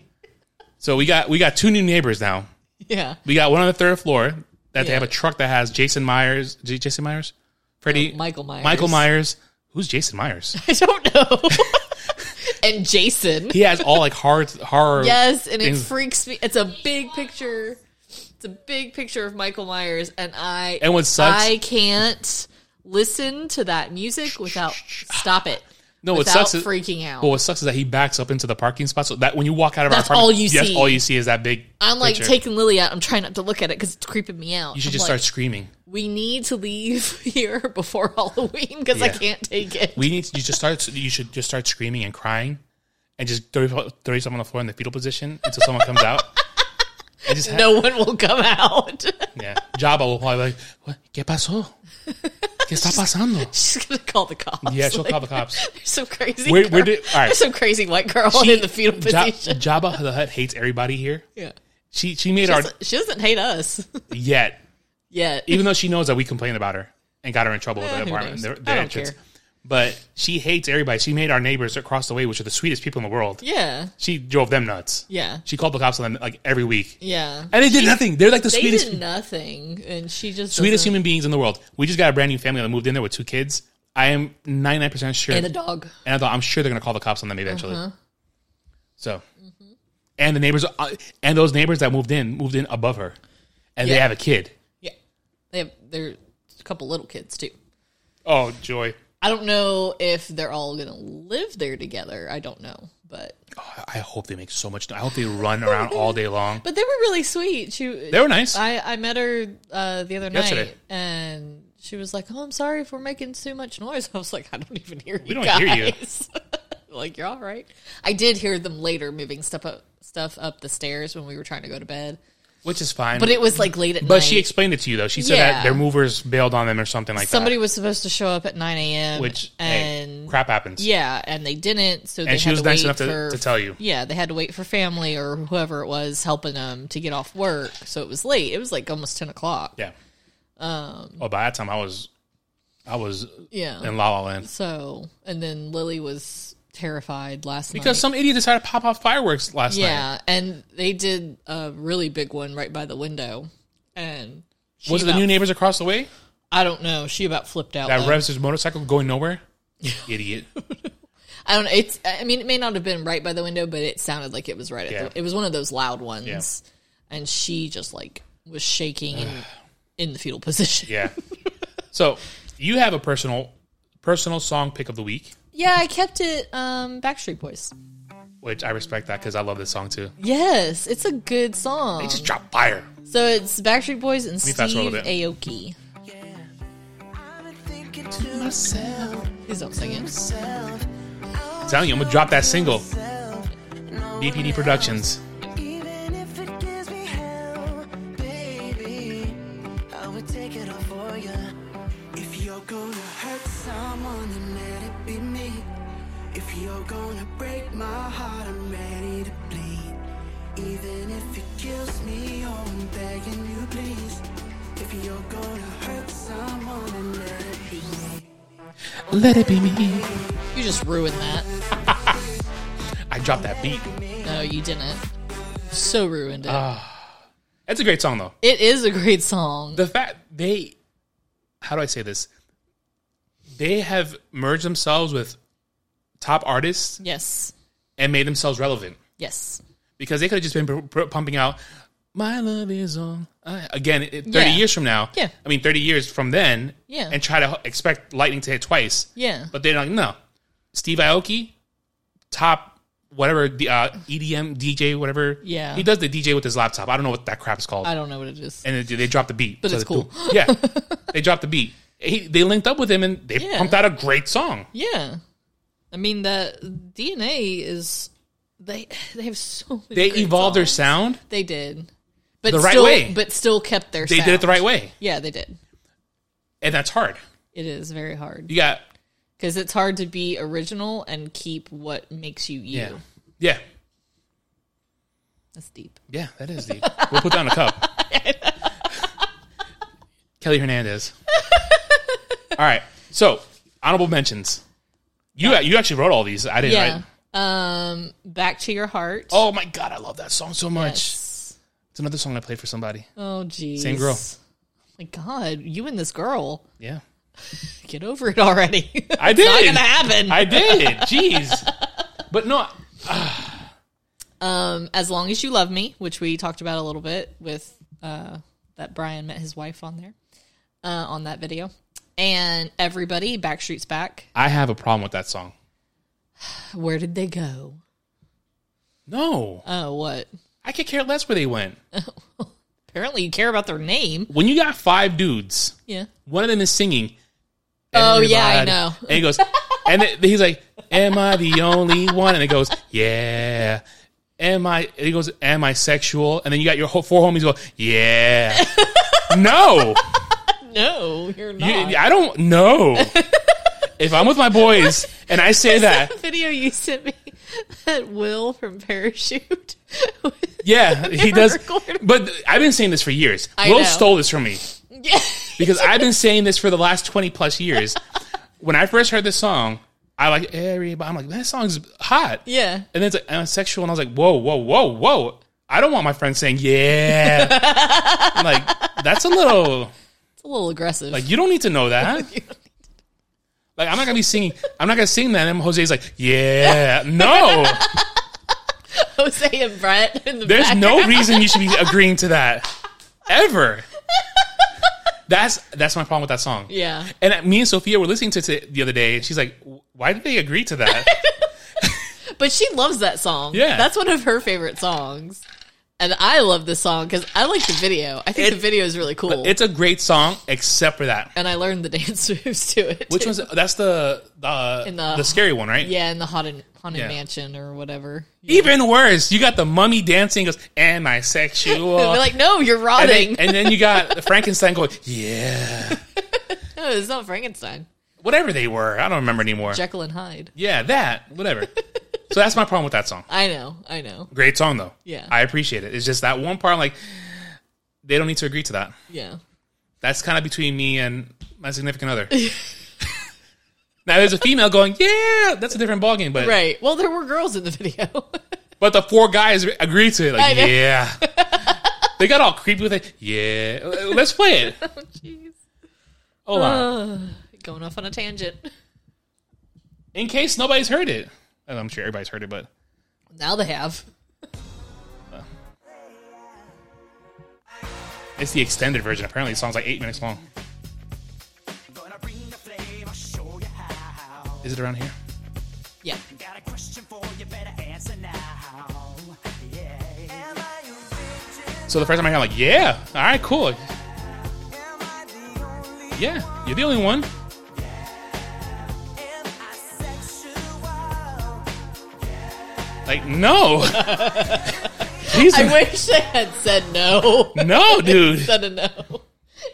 Speaker 1: So we got we got two new neighbors now.
Speaker 2: Yeah,
Speaker 1: We got one on the third floor that they
Speaker 2: Yeah.
Speaker 1: have a truck that has Jason Myers, J- Jason Myers, Freddie,
Speaker 2: Michael Myers.
Speaker 1: Michael Myers. Who's Jason Myers?
Speaker 2: I don't know. and Jason.
Speaker 1: He has all like horror horror.
Speaker 2: Yes, and it
Speaker 1: things.
Speaker 2: freaks me. It's a big picture. It's a big picture of Michael Myers, and I
Speaker 1: And what sucks-
Speaker 2: I can't listen to that music without stop it.
Speaker 1: No, what
Speaker 2: without
Speaker 1: sucks is
Speaker 2: freaking out.
Speaker 1: Well, what sucks is that he backs up into the parking spot, so that when you walk out of
Speaker 2: That's
Speaker 1: our apartment,
Speaker 2: all you
Speaker 1: yes,
Speaker 2: see.
Speaker 1: all you see is that big.
Speaker 2: I'm like
Speaker 1: picture.
Speaker 2: taking Lily out. I'm trying not to look at it because it's creeping me out.
Speaker 1: You should
Speaker 2: I'm
Speaker 1: just
Speaker 2: like,
Speaker 1: start screaming.
Speaker 2: We need to leave here before Halloween because I
Speaker 1: Yeah.
Speaker 2: can't take it.
Speaker 1: we need to you just start you should just start screaming and crying and just throw, throw yourself on the floor in the fetal position until someone comes out and just ha-
Speaker 2: no one will come out.
Speaker 1: yeah Jabba will probably be like what ¿Qué pasó? ¿Qué está pasando?
Speaker 2: She's gonna call the cops.
Speaker 1: yeah she'll
Speaker 2: Like,
Speaker 1: call the cops
Speaker 2: There's some crazy.
Speaker 1: Where- where
Speaker 2: girl-
Speaker 1: did- all right.
Speaker 2: There's some crazy white girl in the fetal
Speaker 1: Ja-
Speaker 2: position.
Speaker 1: Jabba the Hutt hates everybody here
Speaker 2: yeah.
Speaker 1: she she made
Speaker 2: She
Speaker 1: our
Speaker 2: doesn't, she doesn't hate us
Speaker 1: yet
Speaker 2: yet.
Speaker 1: even though she knows that we complained about her and got her in trouble with
Speaker 2: Eh,
Speaker 1: the
Speaker 2: who
Speaker 1: apartment
Speaker 2: knows?
Speaker 1: their, their
Speaker 2: I don't
Speaker 1: entrance.
Speaker 2: care.
Speaker 1: but she hates everybody she made our neighbors across the way which are the sweetest people in the world
Speaker 2: Yeah,
Speaker 1: she drove them nuts
Speaker 2: yeah,
Speaker 1: she called the cops on them like every week
Speaker 2: yeah.
Speaker 1: and they did nothing they're like the
Speaker 2: They Mm-hmm.
Speaker 1: sweetest
Speaker 2: did nothing, and she just
Speaker 1: sweetest
Speaker 2: doesn't-
Speaker 1: human beings in the world. We just got a brand new family that moved in there with two kids. I am 99% sure.
Speaker 2: and
Speaker 1: And,
Speaker 2: a Uh-huh. dog.
Speaker 1: I thought, I'm sure they're going to call the cops on them eventually. So,
Speaker 2: Mm-hmm.
Speaker 1: and the neighbors, uh, and those neighbors that moved in, moved in above her. And they
Speaker 2: Yeah.
Speaker 1: have a kid.
Speaker 2: Yeah, they have they're a couple little kids too.
Speaker 1: Oh, joy.
Speaker 2: I don't know if they're all gonna live there together. I don't know, but
Speaker 1: Oh, I hope they make so much. I hope they run around all day long.
Speaker 2: but they were really sweet. She
Speaker 1: They were nice.
Speaker 2: I, I met her uh, the other night,
Speaker 1: Yesterday.
Speaker 2: and she was like, "Oh, I'm sorry if we're making too much noise." I was like, "I don't even hear you.
Speaker 1: don't
Speaker 2: guys.
Speaker 1: hear you.
Speaker 2: like you're all right." I did hear them later moving stuff up stuff up the stairs when we were trying to go to bed,
Speaker 1: which is fine.
Speaker 2: but it was like late at night.
Speaker 1: But she explained it to you, though. She said
Speaker 2: Yeah.
Speaker 1: that their movers bailed on them or something like
Speaker 2: somebody was supposed to show up at nine a.m.
Speaker 1: that. Which,
Speaker 2: and
Speaker 1: hey, crap happens.
Speaker 2: yeah, and they didn't. So they
Speaker 1: she
Speaker 2: had
Speaker 1: was
Speaker 2: to
Speaker 1: nice
Speaker 2: wait
Speaker 1: enough to-
Speaker 2: for-
Speaker 1: to tell you.
Speaker 2: Yeah, they had to wait for family or whoever it was helping them to get off work. So it was late. It was like almost ten o'clock.
Speaker 1: Yeah. Um, oh, by that time, I was, I was
Speaker 2: Yeah.
Speaker 1: in La La Land.
Speaker 2: So, and then Lily was terrified last night.
Speaker 1: Because some idiot decided to pop off fireworks last night.
Speaker 2: yeah, and they did a really big one right by the window, and she
Speaker 1: Was it the
Speaker 2: about-
Speaker 1: new neighbors across the way?
Speaker 2: I don't know. She about flipped out.
Speaker 1: That
Speaker 2: though.
Speaker 1: revs his motorcycle going nowhere? idiot.
Speaker 2: I don't. know. It's. I mean, it may not have been right by the window, but it sounded like it was right.
Speaker 1: Yeah.
Speaker 2: At the, it was one of those loud ones,
Speaker 1: Yeah.
Speaker 2: and she just like was shaking in, in the fetal position.
Speaker 1: Yeah. so you have a personal personal song pick of the week,
Speaker 2: Yeah, I kept it. Um, Backstreet Boys.
Speaker 1: which I respect that because I love this song too.
Speaker 2: Yes, it's a good song.
Speaker 1: Just drop fire.
Speaker 2: so it's Backstreet Boys and
Speaker 1: me fast forward
Speaker 2: Steve
Speaker 1: a
Speaker 2: Aoki.
Speaker 3: I've been thinking to myself,
Speaker 2: Please don't sing it.
Speaker 1: I'm telling you, I'm gonna drop that single. BPD Productions.
Speaker 3: Even if it gives me hell, baby, I would take it all for you. If you're gonna hurt someone, then let it be me. If you're gonna break my heart, I'm ready to bleed. Even if it kills me, oh, I'm begging you, please. If you're gonna hurt someone, then let it be me.
Speaker 1: Let it be me.
Speaker 2: You just ruined that.
Speaker 1: I dropped that beat.
Speaker 2: No, you didn't. So ruined it.
Speaker 1: Uh. That's a great song though.
Speaker 2: it is a great song.
Speaker 1: The fact they how do I say this? They have merged themselves with top artists
Speaker 2: yes.
Speaker 1: and made themselves relevant.
Speaker 2: Yes.
Speaker 1: because they could have just been pr- pr- pumping out "My Love Is All." I-" Again, it- thirty
Speaker 2: Yeah.
Speaker 1: years from now,
Speaker 2: Yeah.
Speaker 1: I mean, thirty years from then,
Speaker 2: Yeah.
Speaker 1: and try to h- expect lightning to hit twice.
Speaker 2: Yeah.
Speaker 1: But they're like, no, Steve Aoki, top whatever the uh, EDM DJ, whatever.
Speaker 2: Yeah.
Speaker 1: he does the DJ with his laptop. I don't know what that crap's called.
Speaker 2: I don't know what it is.
Speaker 1: and they, they dropped the beat,
Speaker 2: But
Speaker 1: So
Speaker 2: it's
Speaker 1: they-
Speaker 2: cool.
Speaker 1: yeah, they dropped the beat. He, they linked up with him and they
Speaker 2: Yeah.
Speaker 1: pumped out a great song.
Speaker 2: Yeah. I mean that DNA is they they have so many
Speaker 1: They
Speaker 2: great
Speaker 1: evolved their
Speaker 2: songs.
Speaker 1: sound.
Speaker 2: They did. But
Speaker 1: The right
Speaker 2: still,
Speaker 1: way.
Speaker 2: But still kept their
Speaker 1: They did it the right way,
Speaker 2: Yeah, they did.
Speaker 1: and that's hard.
Speaker 2: It is very hard.
Speaker 1: You got
Speaker 2: Because it's hard to be original and keep what makes you you.
Speaker 1: yeah, yeah.
Speaker 2: That's deep.
Speaker 1: Yeah, that is deep. we'll put down a cup. Kelly Hernandez. all right. So honorable mentions. You you actually wrote all these. I didn't.
Speaker 2: Yeah.
Speaker 1: Right?
Speaker 2: Um back to your heart.
Speaker 1: Oh my god, I love that song so much.
Speaker 2: Yes.
Speaker 1: It's another song I played for somebody.
Speaker 2: Oh geez.
Speaker 1: Same girl.
Speaker 2: Oh my god, you and this girl.
Speaker 1: Yeah,
Speaker 2: Get over it already. It's
Speaker 1: I did.
Speaker 2: not gonna happen.
Speaker 1: I did. Jeez. But no,
Speaker 2: Um, as long as you love me, which we talked about a little bit with uh, that Brian met his wife on there uh, on that video, and everybody Backstreet's back.
Speaker 1: I have a problem with that song.
Speaker 2: Where did they go?
Speaker 1: No,
Speaker 2: Oh, what?
Speaker 1: I could care less where they went.
Speaker 2: Apparently, you care about their name.
Speaker 1: When you got five dudes,
Speaker 2: Yeah.
Speaker 1: one of them is singing.
Speaker 2: Oh, yeah, I
Speaker 1: Everybody.
Speaker 2: know.
Speaker 1: And he goes, and th- he's like, "Am I the only one?" And it goes, "Yeah." Am I? And he goes, "Am I sexual?" And then you got your whole four homies go, "Yeah." no,
Speaker 2: No, you're
Speaker 1: You-
Speaker 2: not.
Speaker 1: I don't know. if I'm with my boys and I say that,
Speaker 2: That video you sent me that Will from Parachute.
Speaker 1: yeah, he
Speaker 2: Never
Speaker 1: does.
Speaker 2: recorded.
Speaker 1: But I've been saying this for years.
Speaker 2: I
Speaker 1: Will
Speaker 2: know.
Speaker 1: stole this from me
Speaker 2: yeah.
Speaker 1: because I've been saying this for the last twenty plus years. when I first heard this song, I like everybody. I'm like, that song's hot.
Speaker 2: Yeah.
Speaker 1: And then it's like, uh, sexual. And I was like, whoa, whoa, whoa, whoa. I don't want my friend saying, yeah. I'm like, that's a little,
Speaker 2: It's a little aggressive.
Speaker 1: like, you don't need to know that. Like, I'm not going to be singing, I'm not going to sing that. And Jose's like, yeah, no.
Speaker 2: Jose and Brett in the
Speaker 1: There's
Speaker 2: back.
Speaker 1: no reason you should be agreeing to that ever. That's that's my problem with that song.
Speaker 2: Yeah.
Speaker 1: And me and Sophia were listening to it the other day, and she's like, "Why did they agree to that?"
Speaker 2: But she loves that song.
Speaker 1: Yeah.
Speaker 2: That's one of her favorite songs. And I love this song because I like the video. I think the video is really cool.
Speaker 1: it's a great song, except for that.
Speaker 2: and I learned the dance moves to it.
Speaker 1: Which
Speaker 2: too.
Speaker 1: one's that's the the,
Speaker 2: In
Speaker 1: the
Speaker 2: the-
Speaker 1: scary one, right?
Speaker 2: Yeah, in the Haunted, haunted
Speaker 1: Yeah.
Speaker 2: Mansion or whatever.
Speaker 1: Even worse, you got the mummy dancing goes, "Am I sexual?"
Speaker 2: They're like, no, you're
Speaker 1: and,
Speaker 2: rotting.
Speaker 1: then, and then you got the Frankenstein going, "Yeah."
Speaker 2: no, it's not Frankenstein.
Speaker 1: Whatever they were, I don't remember anymore.
Speaker 2: Jekyll and Hyde.
Speaker 1: yeah, that whatever. so that's my problem with that song.
Speaker 2: I know, I know.
Speaker 1: Great song though.
Speaker 2: Yeah.
Speaker 1: I appreciate it. It's just that one part. I'm like, they don't need to agree to that.
Speaker 2: Yeah.
Speaker 1: That's kind of between me and my significant other. now there's a female going, "Yeah," that's a different ballgame. But
Speaker 2: Right. Well, there were girls in the video.
Speaker 1: But the four guys agreed to it.
Speaker 2: I
Speaker 1: Like,
Speaker 2: know.
Speaker 1: yeah. they got all creepy with it. Yeah. uh, Let's play it.
Speaker 2: Jeez.
Speaker 1: Hold on.
Speaker 2: Uh. Going off on a tangent.
Speaker 1: In case nobody's heard it. And I'm sure everybody's heard it, but
Speaker 2: Now they have.
Speaker 1: it's the extended version. Apparently, the song's like eight minutes long.
Speaker 3: Gonna bring the flame, I'll show you how.
Speaker 1: Is it around here?
Speaker 2: Yeah.
Speaker 3: Got a question for you, better answer now. Yeah. Am I your virgin?
Speaker 1: So the first time I hear, it, I'm like, yeah. All right, cool.
Speaker 3: Am I the only
Speaker 1: Yeah. You're the only one.
Speaker 3: Am
Speaker 1: Like, no. He's
Speaker 2: I wish they had said no
Speaker 1: no, dude.
Speaker 2: instead of no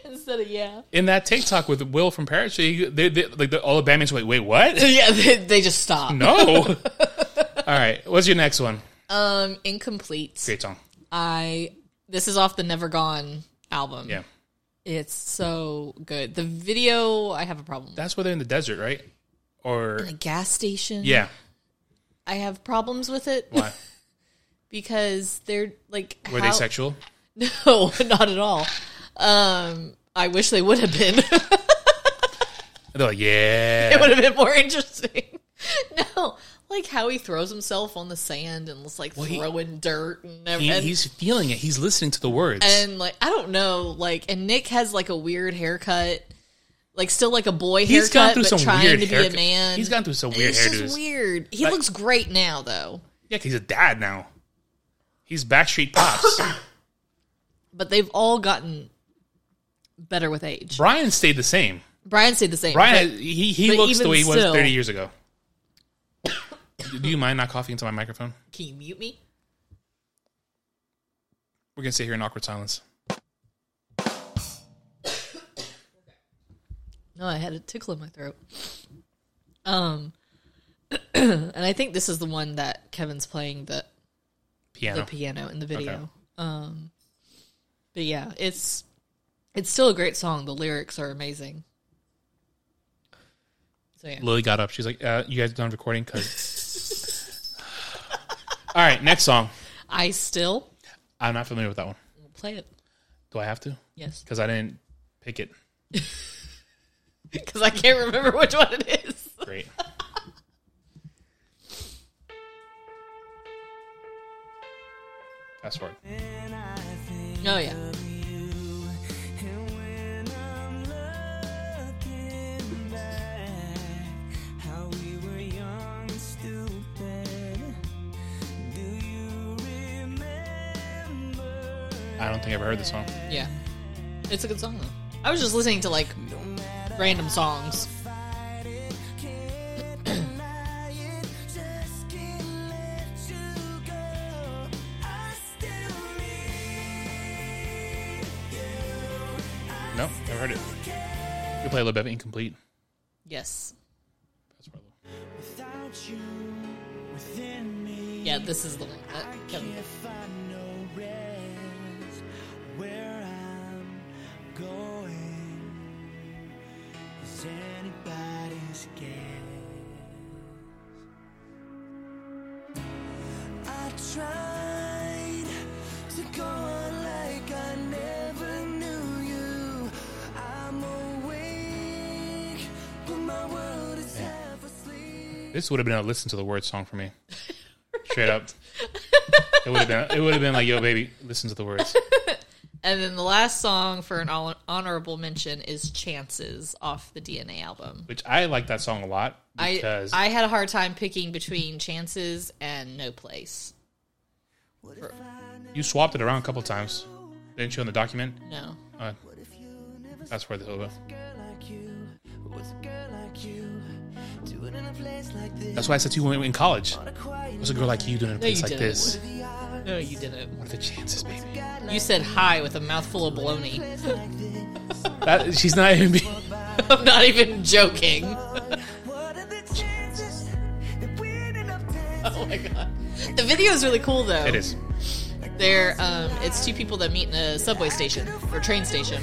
Speaker 2: instead of yeah.
Speaker 1: In that TikTok with Will from Paris, he- they, they, like the, all the Batman's wait, wait, what?
Speaker 2: Yeah, they, they just stop.
Speaker 1: No. all right, what's your next one?
Speaker 2: Um, incomplete.
Speaker 1: Great song.
Speaker 2: I this is off the Never Gone album.
Speaker 1: Yeah,
Speaker 2: It's so good. The video, I have a problem. with.
Speaker 1: that's where they're in the desert, right? Or
Speaker 2: The gas station.
Speaker 1: yeah,
Speaker 2: I have problems with it
Speaker 1: why
Speaker 2: because they're like
Speaker 1: were they
Speaker 2: how-
Speaker 1: sexual?
Speaker 2: No, not at all. Um, I wish they would have been. it
Speaker 1: They're like, yeah,
Speaker 2: would have been more interesting. no, like how he throws himself on the sand and is like
Speaker 1: he-
Speaker 2: throwing dirt and
Speaker 1: He-
Speaker 2: everything.
Speaker 1: he's feeling it. He's listening to the words.
Speaker 2: and like I don't know, like and Nick has like a weird haircut, like still like a boy
Speaker 1: He's
Speaker 2: haircut,
Speaker 1: gone through
Speaker 2: but
Speaker 1: some
Speaker 2: trying
Speaker 1: weird
Speaker 2: to be
Speaker 1: haircut-
Speaker 2: a man.
Speaker 1: He's gone through some weird
Speaker 2: It's
Speaker 1: hairdos.
Speaker 2: just weird. He looks great now, though.
Speaker 1: Yeah, 'cause he's a dad now. He's Backstreet Pops.
Speaker 2: But they've all gotten better with age.
Speaker 1: Brian stayed the same.
Speaker 2: Brian stayed the same.
Speaker 1: Brian, he, he
Speaker 2: but
Speaker 1: looks
Speaker 2: even
Speaker 1: the way he was
Speaker 2: still-
Speaker 1: 30 years ago. Do you mind not coughing into my microphone?
Speaker 2: but- can you mute me?
Speaker 1: We're going to sit here in awkward silence.
Speaker 2: No, I had a tickle in my throat. Um, and I think this is the one that Kevin's playing the
Speaker 1: Piano.
Speaker 2: the piano in the video. Um, but yeah, it's it's still a great song. The lyrics are amazing. So yeah,
Speaker 1: Lily got up. She's like, uh, you guys done recording? Cause... All right, next song.
Speaker 2: I still
Speaker 1: I'm not familiar with that one.
Speaker 2: play it.
Speaker 1: Do I have to?
Speaker 2: Yes,
Speaker 1: Because I didn't pick it.
Speaker 2: because I can't remember which one it is.
Speaker 1: Great. Fast forward.
Speaker 2: Oh yeah,
Speaker 1: I don't think I've ever heard this song.
Speaker 2: yeah. It's a good song though. I was just listening to like random songs.
Speaker 1: No, never heard it. You play a little bit of incomplete.
Speaker 2: Yes.
Speaker 1: That's where I look.
Speaker 3: Without you within me,
Speaker 2: Yeah, this is the one that Kevin.
Speaker 3: can't find no rest where I'm going. Is anybody's guess? I tried to go on like I never knew you. I'm awake, but my world is half asleep.
Speaker 1: This would have been a listen to the word song for me. Straight up. It would have been it would have been like, yo baby, listen to the words.
Speaker 2: And then the last song for an hon- honorable mention is "Chances" off the DNA album.
Speaker 1: Which I like that song a lot
Speaker 2: I
Speaker 1: because
Speaker 2: I had a hard time picking between "Chances" and "No Place."
Speaker 1: you swapped it around a couple times. Didn't you on the document?
Speaker 2: No,
Speaker 1: Uh, that's where the hobo.
Speaker 3: girl like you, with a girl like you, doing in a place like this.
Speaker 1: That's why I said to you when in college.
Speaker 3: on a quiet
Speaker 1: What's a girl like you doing in a
Speaker 2: No, you
Speaker 1: place like
Speaker 2: didn't.
Speaker 1: this?
Speaker 2: no, you didn't.
Speaker 1: What are the chances, baby?
Speaker 2: You said "Hi" with a mouthful of baloney.
Speaker 1: That, she's not even being
Speaker 2: I'm not even joking.
Speaker 3: What are the chances that we ended up dancing?
Speaker 2: Oh my god, the video is really cool though.
Speaker 1: It is.
Speaker 2: They're um, it's two people that meet in a subway station or train station,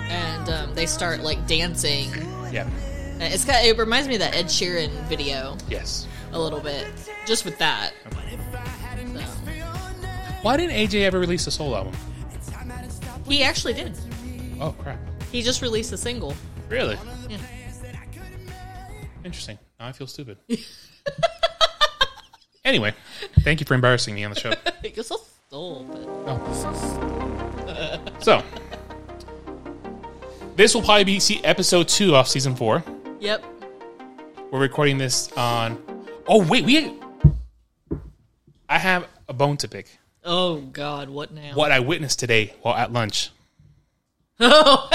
Speaker 2: and um, they start like dancing.
Speaker 1: Yeah.
Speaker 2: It's got, it reminds me of that Ed Sheeran video.
Speaker 1: Yes.
Speaker 2: a little bit just with that. So.
Speaker 1: Why didn't AJ ever release a soul album?
Speaker 2: He actually did.
Speaker 1: Oh crap.
Speaker 2: He just released a single.
Speaker 1: Really?
Speaker 2: Yeah.
Speaker 1: Interesting. Now I feel stupid. anyway, thank you for embarrassing me on the show.
Speaker 2: It was so stole, but
Speaker 1: So, this will probably be see episode two off season four.
Speaker 2: yep.
Speaker 1: We're recording this on. Oh wait, we. I have a bone to pick.
Speaker 2: Oh God, what now?
Speaker 1: What I witnessed today while at lunch.
Speaker 2: Oh,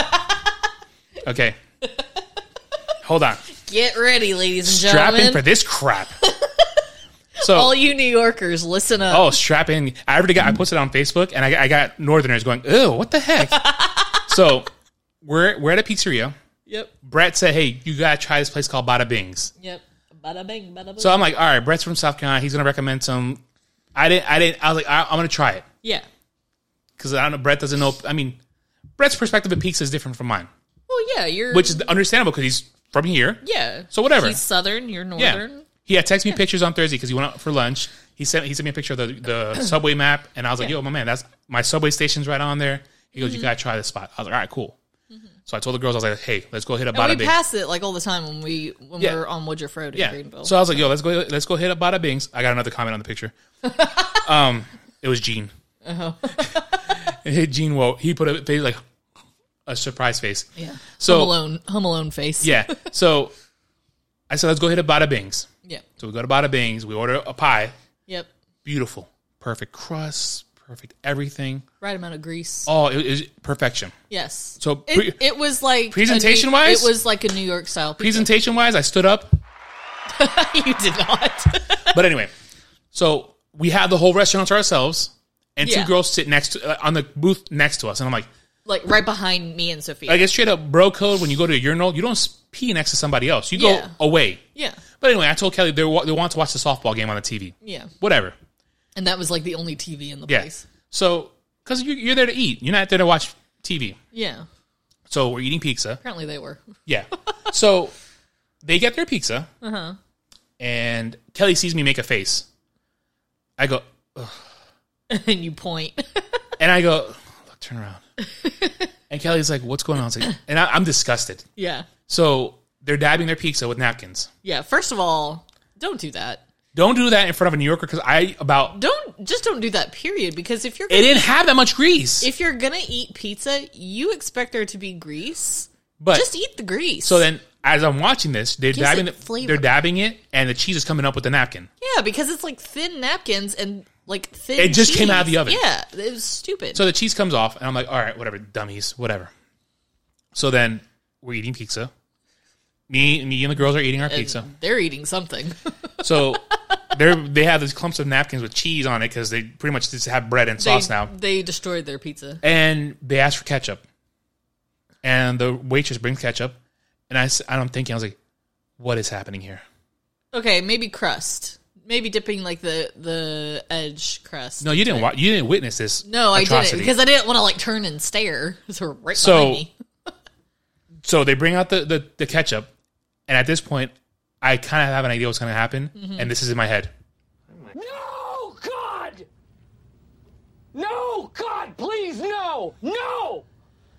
Speaker 1: Okay. Hold on.
Speaker 2: get ready, ladies and
Speaker 1: Strap in
Speaker 2: gentlemen.
Speaker 1: for this crap. So
Speaker 2: All you New Yorkers, listen up.
Speaker 1: oh, strap in. I already got. I posted it on Facebook, and I, I got Northerners going, "Ew, what the heck?" so we're we're at a pizzeria.
Speaker 2: Yep.
Speaker 1: Brett said, "Hey, you gotta try this place called Bada Bings."
Speaker 2: Yep. Bada bing, bada boom.
Speaker 1: So I'm like, "All right, Brett's from South Carolina. He's gonna recommend some." I didn't. I didn't. I was like, I, "I'm gonna try it."
Speaker 2: yeah.
Speaker 1: because I don't know. Brett doesn't know. I mean, Brett's perspective of pizza is different from mine,
Speaker 2: Well, yeah, you're
Speaker 1: which is understandable because he's from here.
Speaker 2: yeah.
Speaker 1: So whatever.
Speaker 2: He's southern. You're
Speaker 1: Yeah.
Speaker 2: northern.
Speaker 1: He had texted me pictures on Thursday because he went out for lunch. He sent he sent me a picture of the, the subway map, and I was like,
Speaker 2: Yeah. Mm-hmm.
Speaker 1: "Yo, my man, that's my subway station's right on there." He goes, "You gotta try this spot." I was like, "All right, cool." So I told the girls, I was like, "Hey, let's go hit a
Speaker 2: And
Speaker 1: Bada
Speaker 2: we
Speaker 1: Bing."
Speaker 2: pass it like all the time when we when
Speaker 1: Yeah.
Speaker 2: we're on Woodruff Road in
Speaker 1: yeah.
Speaker 2: Greenville.
Speaker 1: So I was like, "Yo, let's go let's go hit a Bada Bings." I got another comment on the picture. um, it was Gene.
Speaker 2: Uh-huh.
Speaker 1: Gene, whoa, he put a face like a surprise face.
Speaker 2: yeah.
Speaker 1: So
Speaker 2: Home Alone, Home Alone face.
Speaker 1: Yeah. So I said, let's go hit a Bada Bings.
Speaker 2: Yep.
Speaker 1: So we go to Bada Bings. We order a pie.
Speaker 2: Yep.
Speaker 1: Beautiful. Perfect crust. Perfect everything.
Speaker 2: Right amount of grease.
Speaker 1: Oh, it is perfection.
Speaker 2: yes.
Speaker 1: So
Speaker 2: it,
Speaker 1: pre-
Speaker 2: it was like a New-
Speaker 1: Presentation-wise?
Speaker 2: it was like a New York style. pizza.
Speaker 1: Presentation wise, I stood up.
Speaker 2: you did not.
Speaker 1: But anyway, so we have the whole restaurant to ourselves, and
Speaker 2: Yeah.
Speaker 1: two girls sit next to, uh, on the booth next to us. And I'm like,
Speaker 2: like right behind me and Sophia.
Speaker 1: I guess straight up bro code when you go to a urinal, you don't s- pee next to somebody else. You
Speaker 2: Yeah.
Speaker 1: go away.
Speaker 2: yeah.
Speaker 1: But anyway, I told Kelly they, wa- they want to watch the softball game on the TV.
Speaker 2: Yeah.
Speaker 1: Whatever.
Speaker 2: And that was like the only TV in the
Speaker 1: Yeah.
Speaker 2: place.
Speaker 1: So, because you, you're there to eat, you're not there to watch TV.
Speaker 2: Yeah.
Speaker 1: So we're eating pizza.
Speaker 2: Apparently they were.
Speaker 1: Yeah. so they get their pizza,
Speaker 2: Uh-huh.
Speaker 1: and Kelly sees me make a face. I go
Speaker 2: and you point.
Speaker 1: and I go, look, turn around. and Kelly's like, "What's going on?" I was like- and I, I'm disgusted.
Speaker 2: yeah.
Speaker 1: So they're dabbing their pizza with napkins.
Speaker 2: Yeah. First of all, don't do that.
Speaker 1: Don't do that in front of a New Yorker because I about
Speaker 2: Don't just don't do that. Period. Because if you're
Speaker 1: it
Speaker 2: gonna,
Speaker 1: didn't have that much grease.
Speaker 2: if you're gonna eat pizza, you expect there to be grease.
Speaker 1: but
Speaker 2: just eat the grease.
Speaker 1: so then, as I'm watching this, they're
Speaker 2: Gives
Speaker 1: dabbing
Speaker 2: it
Speaker 1: the,
Speaker 2: flavor.
Speaker 1: they're dabbing it, and the cheese is coming up with the napkin.
Speaker 2: yeah, because it's like thin napkins and like thin.
Speaker 1: It just came out of
Speaker 2: cheese.
Speaker 1: the oven.
Speaker 2: Yeah, it was stupid.
Speaker 1: So the cheese comes off, and I'm like, all right, whatever, dummies, whatever. So then we're eating pizza. Me, me and the girls are eating our
Speaker 2: And
Speaker 1: pizza.
Speaker 2: They're eating something.
Speaker 1: So they're they have these clumps of napkins with cheese on it because they pretty much just have bread and sauce
Speaker 2: they,
Speaker 1: now.
Speaker 2: They destroyed their pizza.
Speaker 1: And they asked for ketchup, and the waitress brings ketchup, and I s- and I'm thinking I was like, what is happening here?
Speaker 2: Okay, maybe crust. Maybe dipping like the the edge crust.
Speaker 1: No, you didn't wa- you didn't witness this.
Speaker 2: No, I didn't
Speaker 1: atrocity.
Speaker 2: because I didn't want to like turn and stare. So right
Speaker 1: So-
Speaker 2: behind me.
Speaker 1: so they bring out the, the, the ketchup, and at this point, I kind of have an idea what's going to happen,
Speaker 2: Mm-hmm.
Speaker 1: and this is in my head.
Speaker 4: No, God! No, God, please, no! No!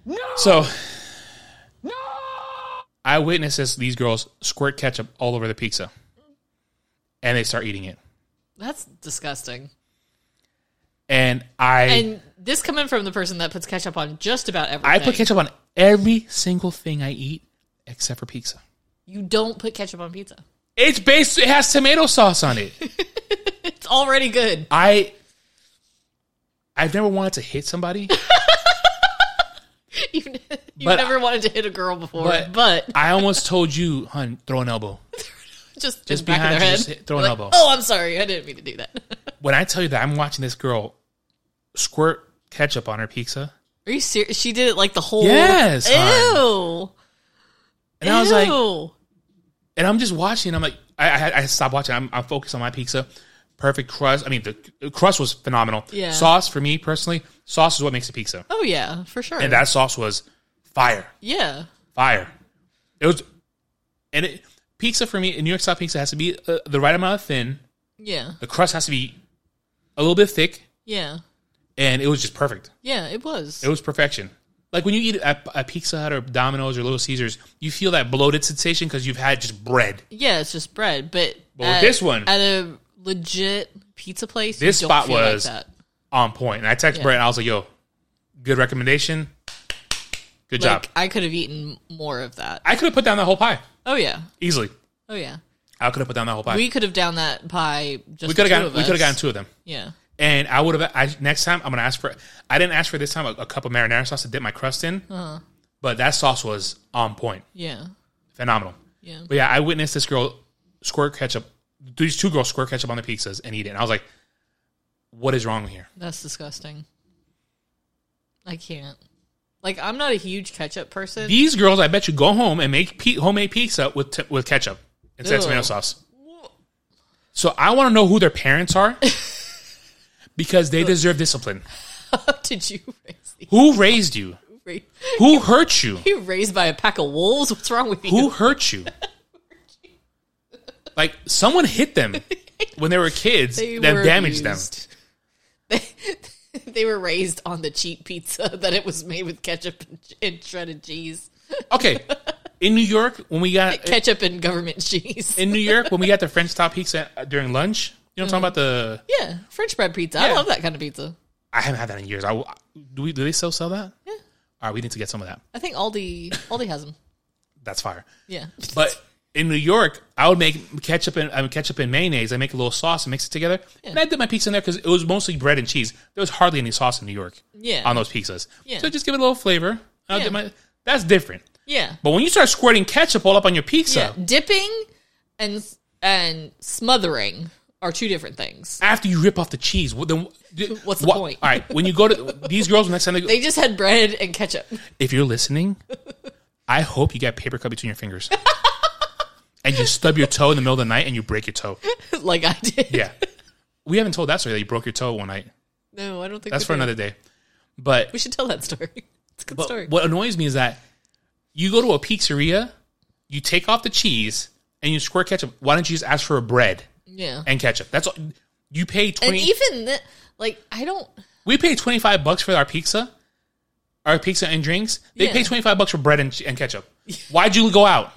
Speaker 4: No!
Speaker 1: So
Speaker 4: no!
Speaker 1: I witness this, these girls squirt ketchup all over the pizza, and they start eating it.
Speaker 2: That's disgusting.
Speaker 1: And I
Speaker 2: And this coming from the person that puts ketchup on just about everything.
Speaker 1: I put ketchup on every single thing I eat except for pizza.
Speaker 2: You don't put ketchup on pizza.
Speaker 1: It's based. It has tomato sauce on it.
Speaker 2: It's already good.
Speaker 1: I I've never wanted to hit somebody,
Speaker 2: You, have
Speaker 1: But-
Speaker 2: never wanted to hit a girl before,
Speaker 1: but-
Speaker 2: but,
Speaker 1: I almost told you, "Hun, throw an elbow."
Speaker 2: just
Speaker 1: Just
Speaker 2: just back of
Speaker 1: behind
Speaker 2: their
Speaker 1: you,
Speaker 2: head.
Speaker 1: just hit- throw an
Speaker 2: Like,
Speaker 1: elbow.
Speaker 2: Oh, I'm sorry. I didn't mean to do that.
Speaker 1: When I tell you that I'm watching this girl squirt ketchup on her pizza,
Speaker 2: Are you serious? She did it like the whole.
Speaker 1: Yes,
Speaker 2: Ew.
Speaker 1: hon. and I was like,
Speaker 2: Ew.
Speaker 1: and I'm just watching. I'm like, I, I, I stopped watching. I'm, I'm focused on my pizza. Perfect crust. I mean, the the crust was phenomenal.
Speaker 2: Yeah.
Speaker 1: Sauce for me personally, sauce is what makes a pizza,
Speaker 2: Oh yeah, for sure.
Speaker 1: and that sauce was fire,
Speaker 2: yeah.
Speaker 1: fire. It was, and it, pizza for me, New York style pizza has to be uh, the right amount of thin.
Speaker 2: Yeah.
Speaker 1: The crust has to be a little bit thick,
Speaker 2: Yeah.
Speaker 1: and it was just perfect.
Speaker 2: Yeah, it was.
Speaker 1: It was perfection. Like when you eat at, at Pizza Hut or Domino's or Little Caesars, you feel that bloated sensation because you've had just bread.
Speaker 2: yeah, it's just bread, but,
Speaker 1: But with this one-
Speaker 2: at a legit pizza place,
Speaker 1: This
Speaker 2: you don't
Speaker 1: spot
Speaker 2: feel like
Speaker 1: was-
Speaker 2: that.
Speaker 1: on point. And I text
Speaker 2: Yeah.
Speaker 1: Brett and I was like, yo, good recommendation. Good
Speaker 2: Like
Speaker 1: job.
Speaker 2: I could have eaten more of that.
Speaker 1: I could have put down that whole pie
Speaker 2: Oh yeah.
Speaker 1: easily.
Speaker 2: Oh yeah.
Speaker 1: I could have put down that whole pie. We,
Speaker 2: We could have down that pie. Just
Speaker 1: could have
Speaker 2: the two
Speaker 1: gotten
Speaker 2: of
Speaker 1: we could have
Speaker 2: us.
Speaker 1: gotten two of them.
Speaker 2: Yeah.
Speaker 1: And I would have I, next time I'm gonna ask for I didn't ask for this time a, a cup of marinara sauce to dip my crust in.
Speaker 2: Uh-huh.
Speaker 1: But that sauce was on point.
Speaker 2: Yeah.
Speaker 1: Phenomenal.
Speaker 2: Yeah.
Speaker 1: But yeah, I witnessed this girl squirt ketchup these two girls squirt ketchup on their pizzas and eat it. And I was like, what is wrong here?
Speaker 2: That's disgusting. I can't. Like, I'm not a huge ketchup person.
Speaker 1: These girls, I bet you, go home and make pe- homemade pizza with t- with ketchup instead of
Speaker 2: Ew.
Speaker 1: tomato sauce. So I want to know who their parents are because they deserve discipline.
Speaker 2: How did you raise these?
Speaker 1: Who raised you?
Speaker 2: Ra-
Speaker 1: Who hurt you?
Speaker 2: You raised by a pack of wolves? What's wrong with you?
Speaker 1: Who hurt you? Like someone hit them when they were kids
Speaker 2: They
Speaker 1: that
Speaker 2: were
Speaker 1: damaged them.
Speaker 2: abused. They, they were raised on the cheap pizza that it was made with ketchup and, and shredded cheese.
Speaker 1: Okay, in New York when we got
Speaker 2: Ketchup and government cheese.
Speaker 1: in New York when we got the French style pizza uh, during lunch, you know what I'm talking
Speaker 2: Mm.
Speaker 1: about the.
Speaker 2: yeah, French bread pizza. I
Speaker 1: Yeah.
Speaker 2: love that kind of pizza.
Speaker 1: I haven't had that in years. I, will- do we do they still sell that? Yeah. All right, we need to get some of that.
Speaker 2: I think Aldi Aldi has them.
Speaker 1: That's fire.
Speaker 2: Yeah.
Speaker 1: But in New York, I would make ketchup and I would ketchup and mayonnaise. I make a little sauce and mix it together, and I dip my pizza in there because it was mostly bread and cheese. There was hardly any sauce in New York.
Speaker 2: Yeah.
Speaker 1: on those pizzas.
Speaker 2: Yeah.
Speaker 1: So just give it a little flavor. I'll
Speaker 2: Yeah.
Speaker 1: dip my, that's different.
Speaker 2: yeah.
Speaker 1: But when you start squirting ketchup all up on your pizza
Speaker 2: Yeah. Dipping and and smothering are two different things.
Speaker 1: after you rip off the cheese, what then
Speaker 2: What's the
Speaker 1: what-
Speaker 2: point?
Speaker 1: All right, when you go to these girls, next time they, go,
Speaker 2: They just had bread and ketchup.
Speaker 1: if you're listening, I hope you got paper cut between your fingers. And you stub your toe in the middle of the night and you break your toe.
Speaker 2: like I did.
Speaker 1: Yeah. We haven't told that story that you broke your toe one night.
Speaker 2: No, I don't think
Speaker 1: That's
Speaker 2: we
Speaker 1: for
Speaker 2: did.
Speaker 1: another day. But,
Speaker 2: We should tell that story. It's a good
Speaker 1: but
Speaker 2: story.
Speaker 1: what annoys me is that you go to a pizzeria, you take off the cheese, and you squirt ketchup. Why don't you just ask for a bread
Speaker 2: Yeah.
Speaker 1: and ketchup? That's all. You pay
Speaker 2: and
Speaker 1: twenty.
Speaker 2: even that, like, I don't.
Speaker 1: we pay twenty five bucks for our pizza, our pizza and drinks. They
Speaker 2: Yeah.
Speaker 1: pay twenty five bucks for bread and, and ketchup. Why'd you go out?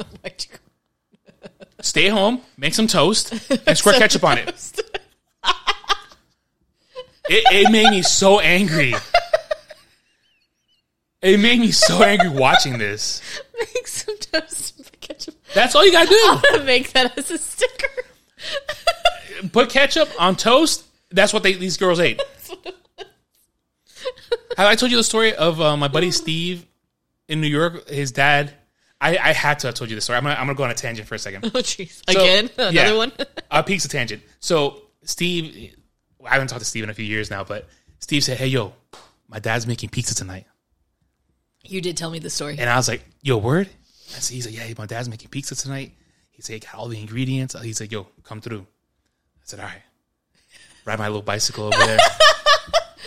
Speaker 1: Stay home, make some toast, and squirt ketchup on it. it. It made me so angry. It made me so angry watching this.
Speaker 2: Make some toast and ketchup.
Speaker 1: That's all you gotta do.
Speaker 2: I'm gonna make that as a sticker.
Speaker 1: put ketchup on toast. That's what they, these girls ate. Have I told you the story of uh, my buddy Steve in New York? His dad. I, I had to have told you this story. I'm gonna, I'm gonna go on a tangent for a second.
Speaker 2: Oh, jeez.
Speaker 1: So-
Speaker 2: Again? Another
Speaker 1: yeah.
Speaker 2: one?
Speaker 1: uh, pizza tangent. So Steve, I haven't talked to Steve in a few years now, but Steve said, "Hey, yo, my dad's making pizza tonight,"
Speaker 2: You did tell me the story.
Speaker 1: and I was like, "Yo, word." I said, he's like, "Yeah, my dad's making pizza tonight." He's like, "Got all the ingredients." Uh, He's like, "Yo, come through." I said, "All right." Ride my little bicycle over there.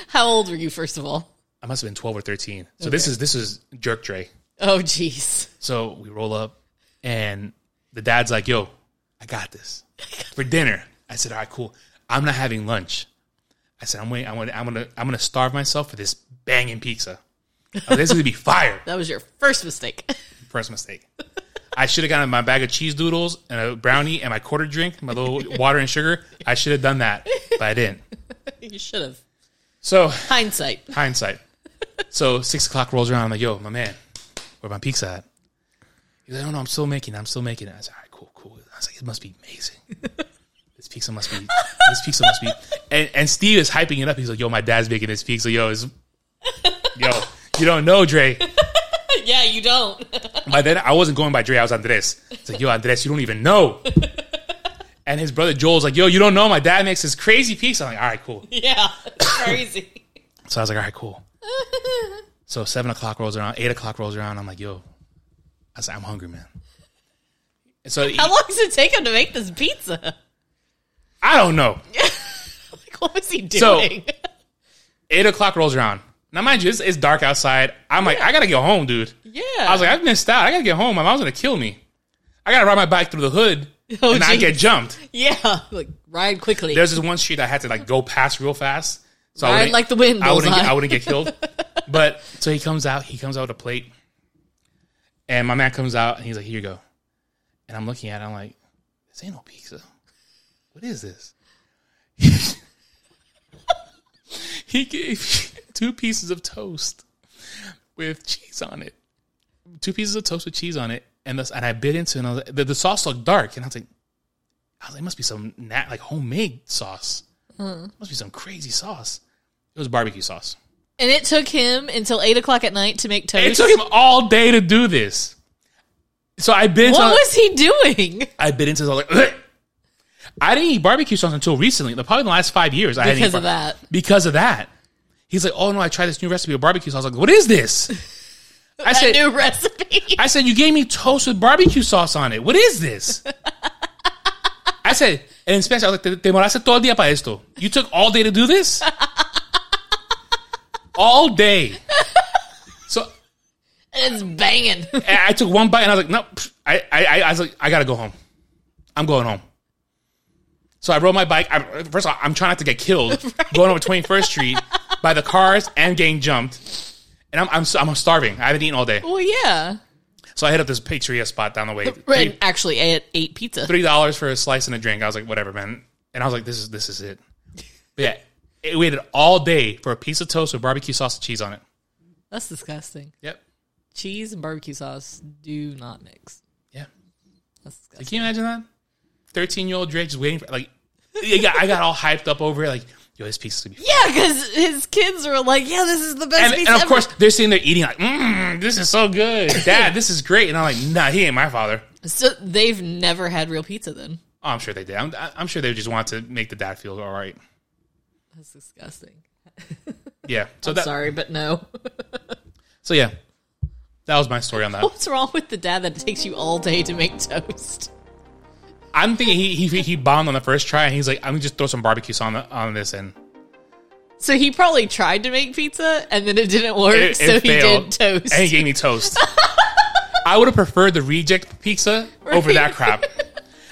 Speaker 2: How old were you, first of all?
Speaker 1: I must have been twelve or thirteen. So this is this is jerk Dre.
Speaker 2: Oh, jeez.
Speaker 1: So we roll up, and the dad's like, "Yo, I got this for dinner." I said, "All right, cool. I'm not having lunch." I said, "I'm waiting. I'm gonna I'm gonna I'm gonna starve myself for this banging pizza. Oh, this is gonna be fire."
Speaker 2: That was your first mistake.
Speaker 1: First mistake. I should have gotten my bag of cheese doodles and a brownie and my quarter drink, my little water and sugar. I should have done that, but I didn't.
Speaker 2: you should have.
Speaker 1: So
Speaker 2: Hindsight.
Speaker 1: hindsight. so six o'clock rolls around. I'm like, yo, my man, where my pizza at? He's like, no, no, I'm still making it. I'm still making it. I said, all right, cool, cool. I was like, it must be amazing. this pizza must be, this pizza must be. And, and Steve is hyping it up. He's like, yo, my dad's making this pizza. Yo, it's, yo, you don't know, Dre.
Speaker 2: yeah, you don't.
Speaker 1: By then, I wasn't going by Dre. I was Andres. It's like, yo, Andres, you don't even know. And his brother Joel's like, yo, you don't know. My dad makes this crazy pizza. I'm like, all right, cool.
Speaker 2: yeah. It's crazy.
Speaker 1: So I was like, all right, cool. So seven o'clock rolls around, eight o'clock rolls around. I'm like, yo, I said, I'm hungry, man. And so
Speaker 2: How long does it take him to make this pizza?
Speaker 1: I don't know.
Speaker 2: Like, what was he
Speaker 1: So-
Speaker 2: doing?
Speaker 1: Eight o'clock rolls around. Now, mind you, it's, it's dark outside. I'm like, I gotta get home, dude.
Speaker 2: yeah.
Speaker 1: I was like, I've missed out. I gotta get home. My mom's gonna kill me. I gotta ride my bike through the hood
Speaker 2: Oh,
Speaker 1: and I
Speaker 2: geez.
Speaker 1: get jumped.
Speaker 2: yeah. Like, ride quickly.
Speaker 1: There's this one street I had to like go past real fast. So
Speaker 2: Ride
Speaker 1: I wouldn't-
Speaker 2: like the wind,
Speaker 1: I wouldn't, get,
Speaker 2: bullseye.
Speaker 1: I wouldn't get killed. but so he comes out. He comes out with a plate, and my man comes out and he's like, "Here you go." And I'm looking at. it, I'm like, "This ain't no pizza. What is this?" he gave me two pieces of toast with cheese on it. Two pieces of toast with cheese on it, and this, and I bit into it. And I was like, the, the sauce looked dark, and I was like, I was like, it must be some nat, like homemade sauce.
Speaker 2: Hmm.
Speaker 1: Must be some crazy sauce. It was barbecue sauce.
Speaker 2: and it took him until 8 o'clock at night to make toast.
Speaker 1: It took him all day to do this. So I bit into
Speaker 2: What was he doing?
Speaker 1: I bit into it, I was like, "Ugh." I didn't eat barbecue sauce until recently, like, probably in the last five years. I hadn't
Speaker 2: Because
Speaker 1: eaten
Speaker 2: of
Speaker 1: bar-
Speaker 2: that.
Speaker 1: Because of that, he's like, "Oh no, I tried this new recipe of barbecue sauce." I was like, "What is this?" I
Speaker 2: That
Speaker 1: said,
Speaker 2: new recipe.
Speaker 1: I said, you gave me toast with barbecue sauce on it. What is this? I said, and in Spanish, I was like, te te demoraste todo el día para esto. You took all day to do this? all day. So
Speaker 2: it's banging.
Speaker 1: and I took one bite and I was like, no, pff, I, I, I- I was like, I gotta go home. I'm going home. So I rode my bike. I, first of all, I'm trying not to get killed going over 21st Street by the cars and getting jumped. And I'm, I'm, I'm starving. I haven't eaten all day.
Speaker 2: well, yeah.
Speaker 1: So I hit up this pizzeria spot down the way.
Speaker 2: Right. Actually, ate, ate pizza.
Speaker 1: three dollars for a slice and a drink. I was like, whatever, man. And I was like, this is this is it. But yeah, it waited all day for a piece of toast with barbecue sauce and cheese on it.
Speaker 2: That's disgusting.
Speaker 1: Yep.
Speaker 2: Cheese and barbecue sauce do not mix.
Speaker 1: Yeah.
Speaker 2: That's disgusting.
Speaker 1: Like, can you imagine that? Thirteen year old Drake just waiting for like. I got, I got all hyped up over it. Like, yo, this piece is gonna be.
Speaker 2: Yeah, because his kids were like, "Yeah, this is the best
Speaker 1: And,
Speaker 2: piece
Speaker 1: and of
Speaker 2: ever."
Speaker 1: course, they're sitting there eating like, mm, this is so good, Dad. This is great. And I'm like, nah, he ain't my father.
Speaker 2: so they've never had real pizza. Then
Speaker 1: Oh, I'm sure they did. I'm, I'm sure they just want to make the dad feel all right.
Speaker 2: that's disgusting.
Speaker 1: Yeah. So that.
Speaker 2: Sorry, but no.
Speaker 1: So yeah, that was my story on that.
Speaker 2: What's wrong with the dad that it takes you all day to make toast?
Speaker 1: I'm thinking he he he bombed on the first try, and he's like, "I'm gonna just throw some barbecue sauce on the, on this." And
Speaker 2: So he probably tried to make pizza and then it didn't work,
Speaker 1: it,
Speaker 2: so
Speaker 1: it
Speaker 2: he
Speaker 1: failed,
Speaker 2: did toast.
Speaker 1: and he gave me toast. I would have preferred the reject pizza over that crap.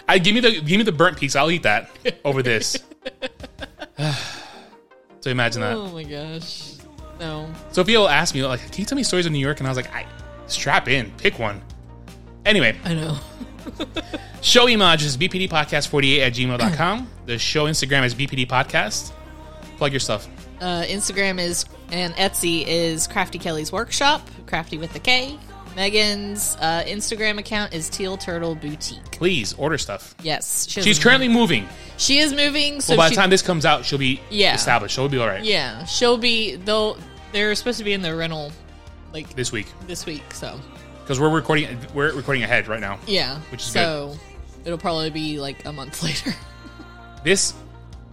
Speaker 1: I give me the give me the burnt pizza. I'll eat that over this. so imagine
Speaker 2: oh
Speaker 1: that.
Speaker 2: my gosh, no.
Speaker 1: Sophia will ask me like, "Can you tell me stories of New York?" And I was like, "I strap in, pick one." Anyway,
Speaker 2: I know.
Speaker 1: show email is bpdpodcast48 at gmail.com. the show Instagram is bpdpodcast. Plug your stuff.
Speaker 2: Uh, Instagram is and Etsy is Crafty Kelly's Workshop, Crafty with a K. Megan's uh, Instagram account is Teal Turtle Boutique.
Speaker 1: Please order stuff.
Speaker 2: Yes, she has
Speaker 1: She's
Speaker 2: a-
Speaker 1: currently moving.
Speaker 2: She is moving, so
Speaker 1: Well, by
Speaker 2: she-
Speaker 1: the time this comes out, she'll be
Speaker 2: Yeah.
Speaker 1: established. She'll be all right
Speaker 2: yeah, she'll be though. They're supposed to be in the rental like
Speaker 1: this week
Speaker 2: this week, so
Speaker 1: because we're recording. We're recording ahead right now.
Speaker 2: yeah.
Speaker 1: Which is
Speaker 2: so it'll probably be like a month later.
Speaker 1: This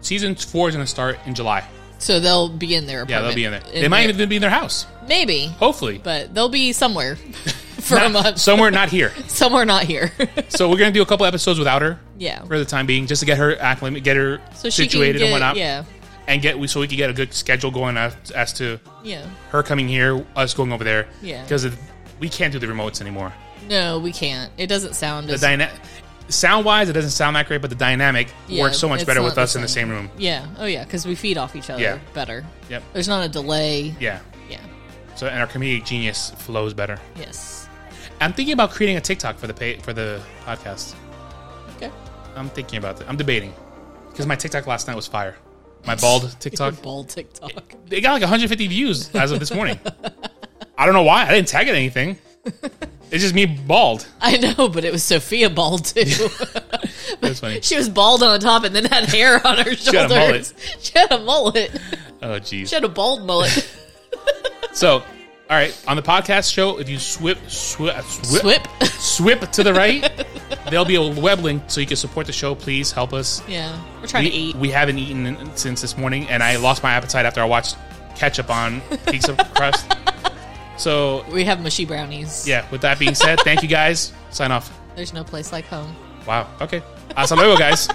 Speaker 1: season four is going to start in July.
Speaker 2: So they'll be in their
Speaker 1: Yeah,
Speaker 2: apartment.
Speaker 1: they'll be in there. they might even be in their house.
Speaker 2: maybe,
Speaker 1: Hopefully,
Speaker 2: but they'll be somewhere for a
Speaker 1: Not-
Speaker 2: month.
Speaker 1: somewhere not here.
Speaker 2: somewhere not here.
Speaker 1: So we're going to do a couple episodes without her
Speaker 2: yeah.
Speaker 1: for the time being, just to get her acclimated, get her
Speaker 2: So she can
Speaker 1: situated
Speaker 2: get,
Speaker 1: and whatnot,
Speaker 2: Yeah.
Speaker 1: and get we so we can get a good schedule going as, as to
Speaker 2: Yeah.
Speaker 1: her coming here, us going over there.
Speaker 2: Yeah.
Speaker 1: because we can't do the remotes anymore.
Speaker 2: No, we can't. It doesn't sound
Speaker 1: the
Speaker 2: as
Speaker 1: dyna- sound wise, it doesn't sound that great, but the dynamic
Speaker 2: Yeah,
Speaker 1: works so much
Speaker 2: it's
Speaker 1: better
Speaker 2: not
Speaker 1: with
Speaker 2: the
Speaker 1: us in the same room.
Speaker 2: Yeah. Oh yeah, because we feed off each other
Speaker 1: Yeah.
Speaker 2: better.
Speaker 1: Yep.
Speaker 2: There's not a delay.
Speaker 1: Yeah.
Speaker 2: Yeah.
Speaker 1: So and our comedic genius flows better.
Speaker 2: Yes.
Speaker 1: I'm thinking about creating a TikTok for the pay- for the podcast.
Speaker 2: Okay.
Speaker 1: I'm thinking about that. I'm debating because my TikTok last night was fire. My bald TikTok.
Speaker 2: Bald TikTok.
Speaker 1: It got like 150 views as of this morning. I don't know why. I didn't tag it anything. It's just me bald.
Speaker 2: I know, but it was Sophia bald too.
Speaker 1: That's funny.
Speaker 2: she was bald on top and then had hair on her shoulders.
Speaker 1: had a mullet.
Speaker 2: She had a mullet.
Speaker 1: Oh jeez.
Speaker 2: She had a bald mullet.
Speaker 1: So, all right, on the podcast show, if you swip swip swip
Speaker 2: Swip.
Speaker 1: Swip to the right. There'll be a web link so you can support the show. Please help us.
Speaker 2: yeah. We're trying
Speaker 1: we,
Speaker 2: to eat.
Speaker 1: we haven't eaten in- since this morning, and I lost my appetite after I watched ketchup on pizza crust. So,
Speaker 2: We have mushy brownies.
Speaker 1: yeah, with that being said, thank you guys. Sign off.
Speaker 2: There's no place like home.
Speaker 1: Wow. Okay. Hasta luego, guys.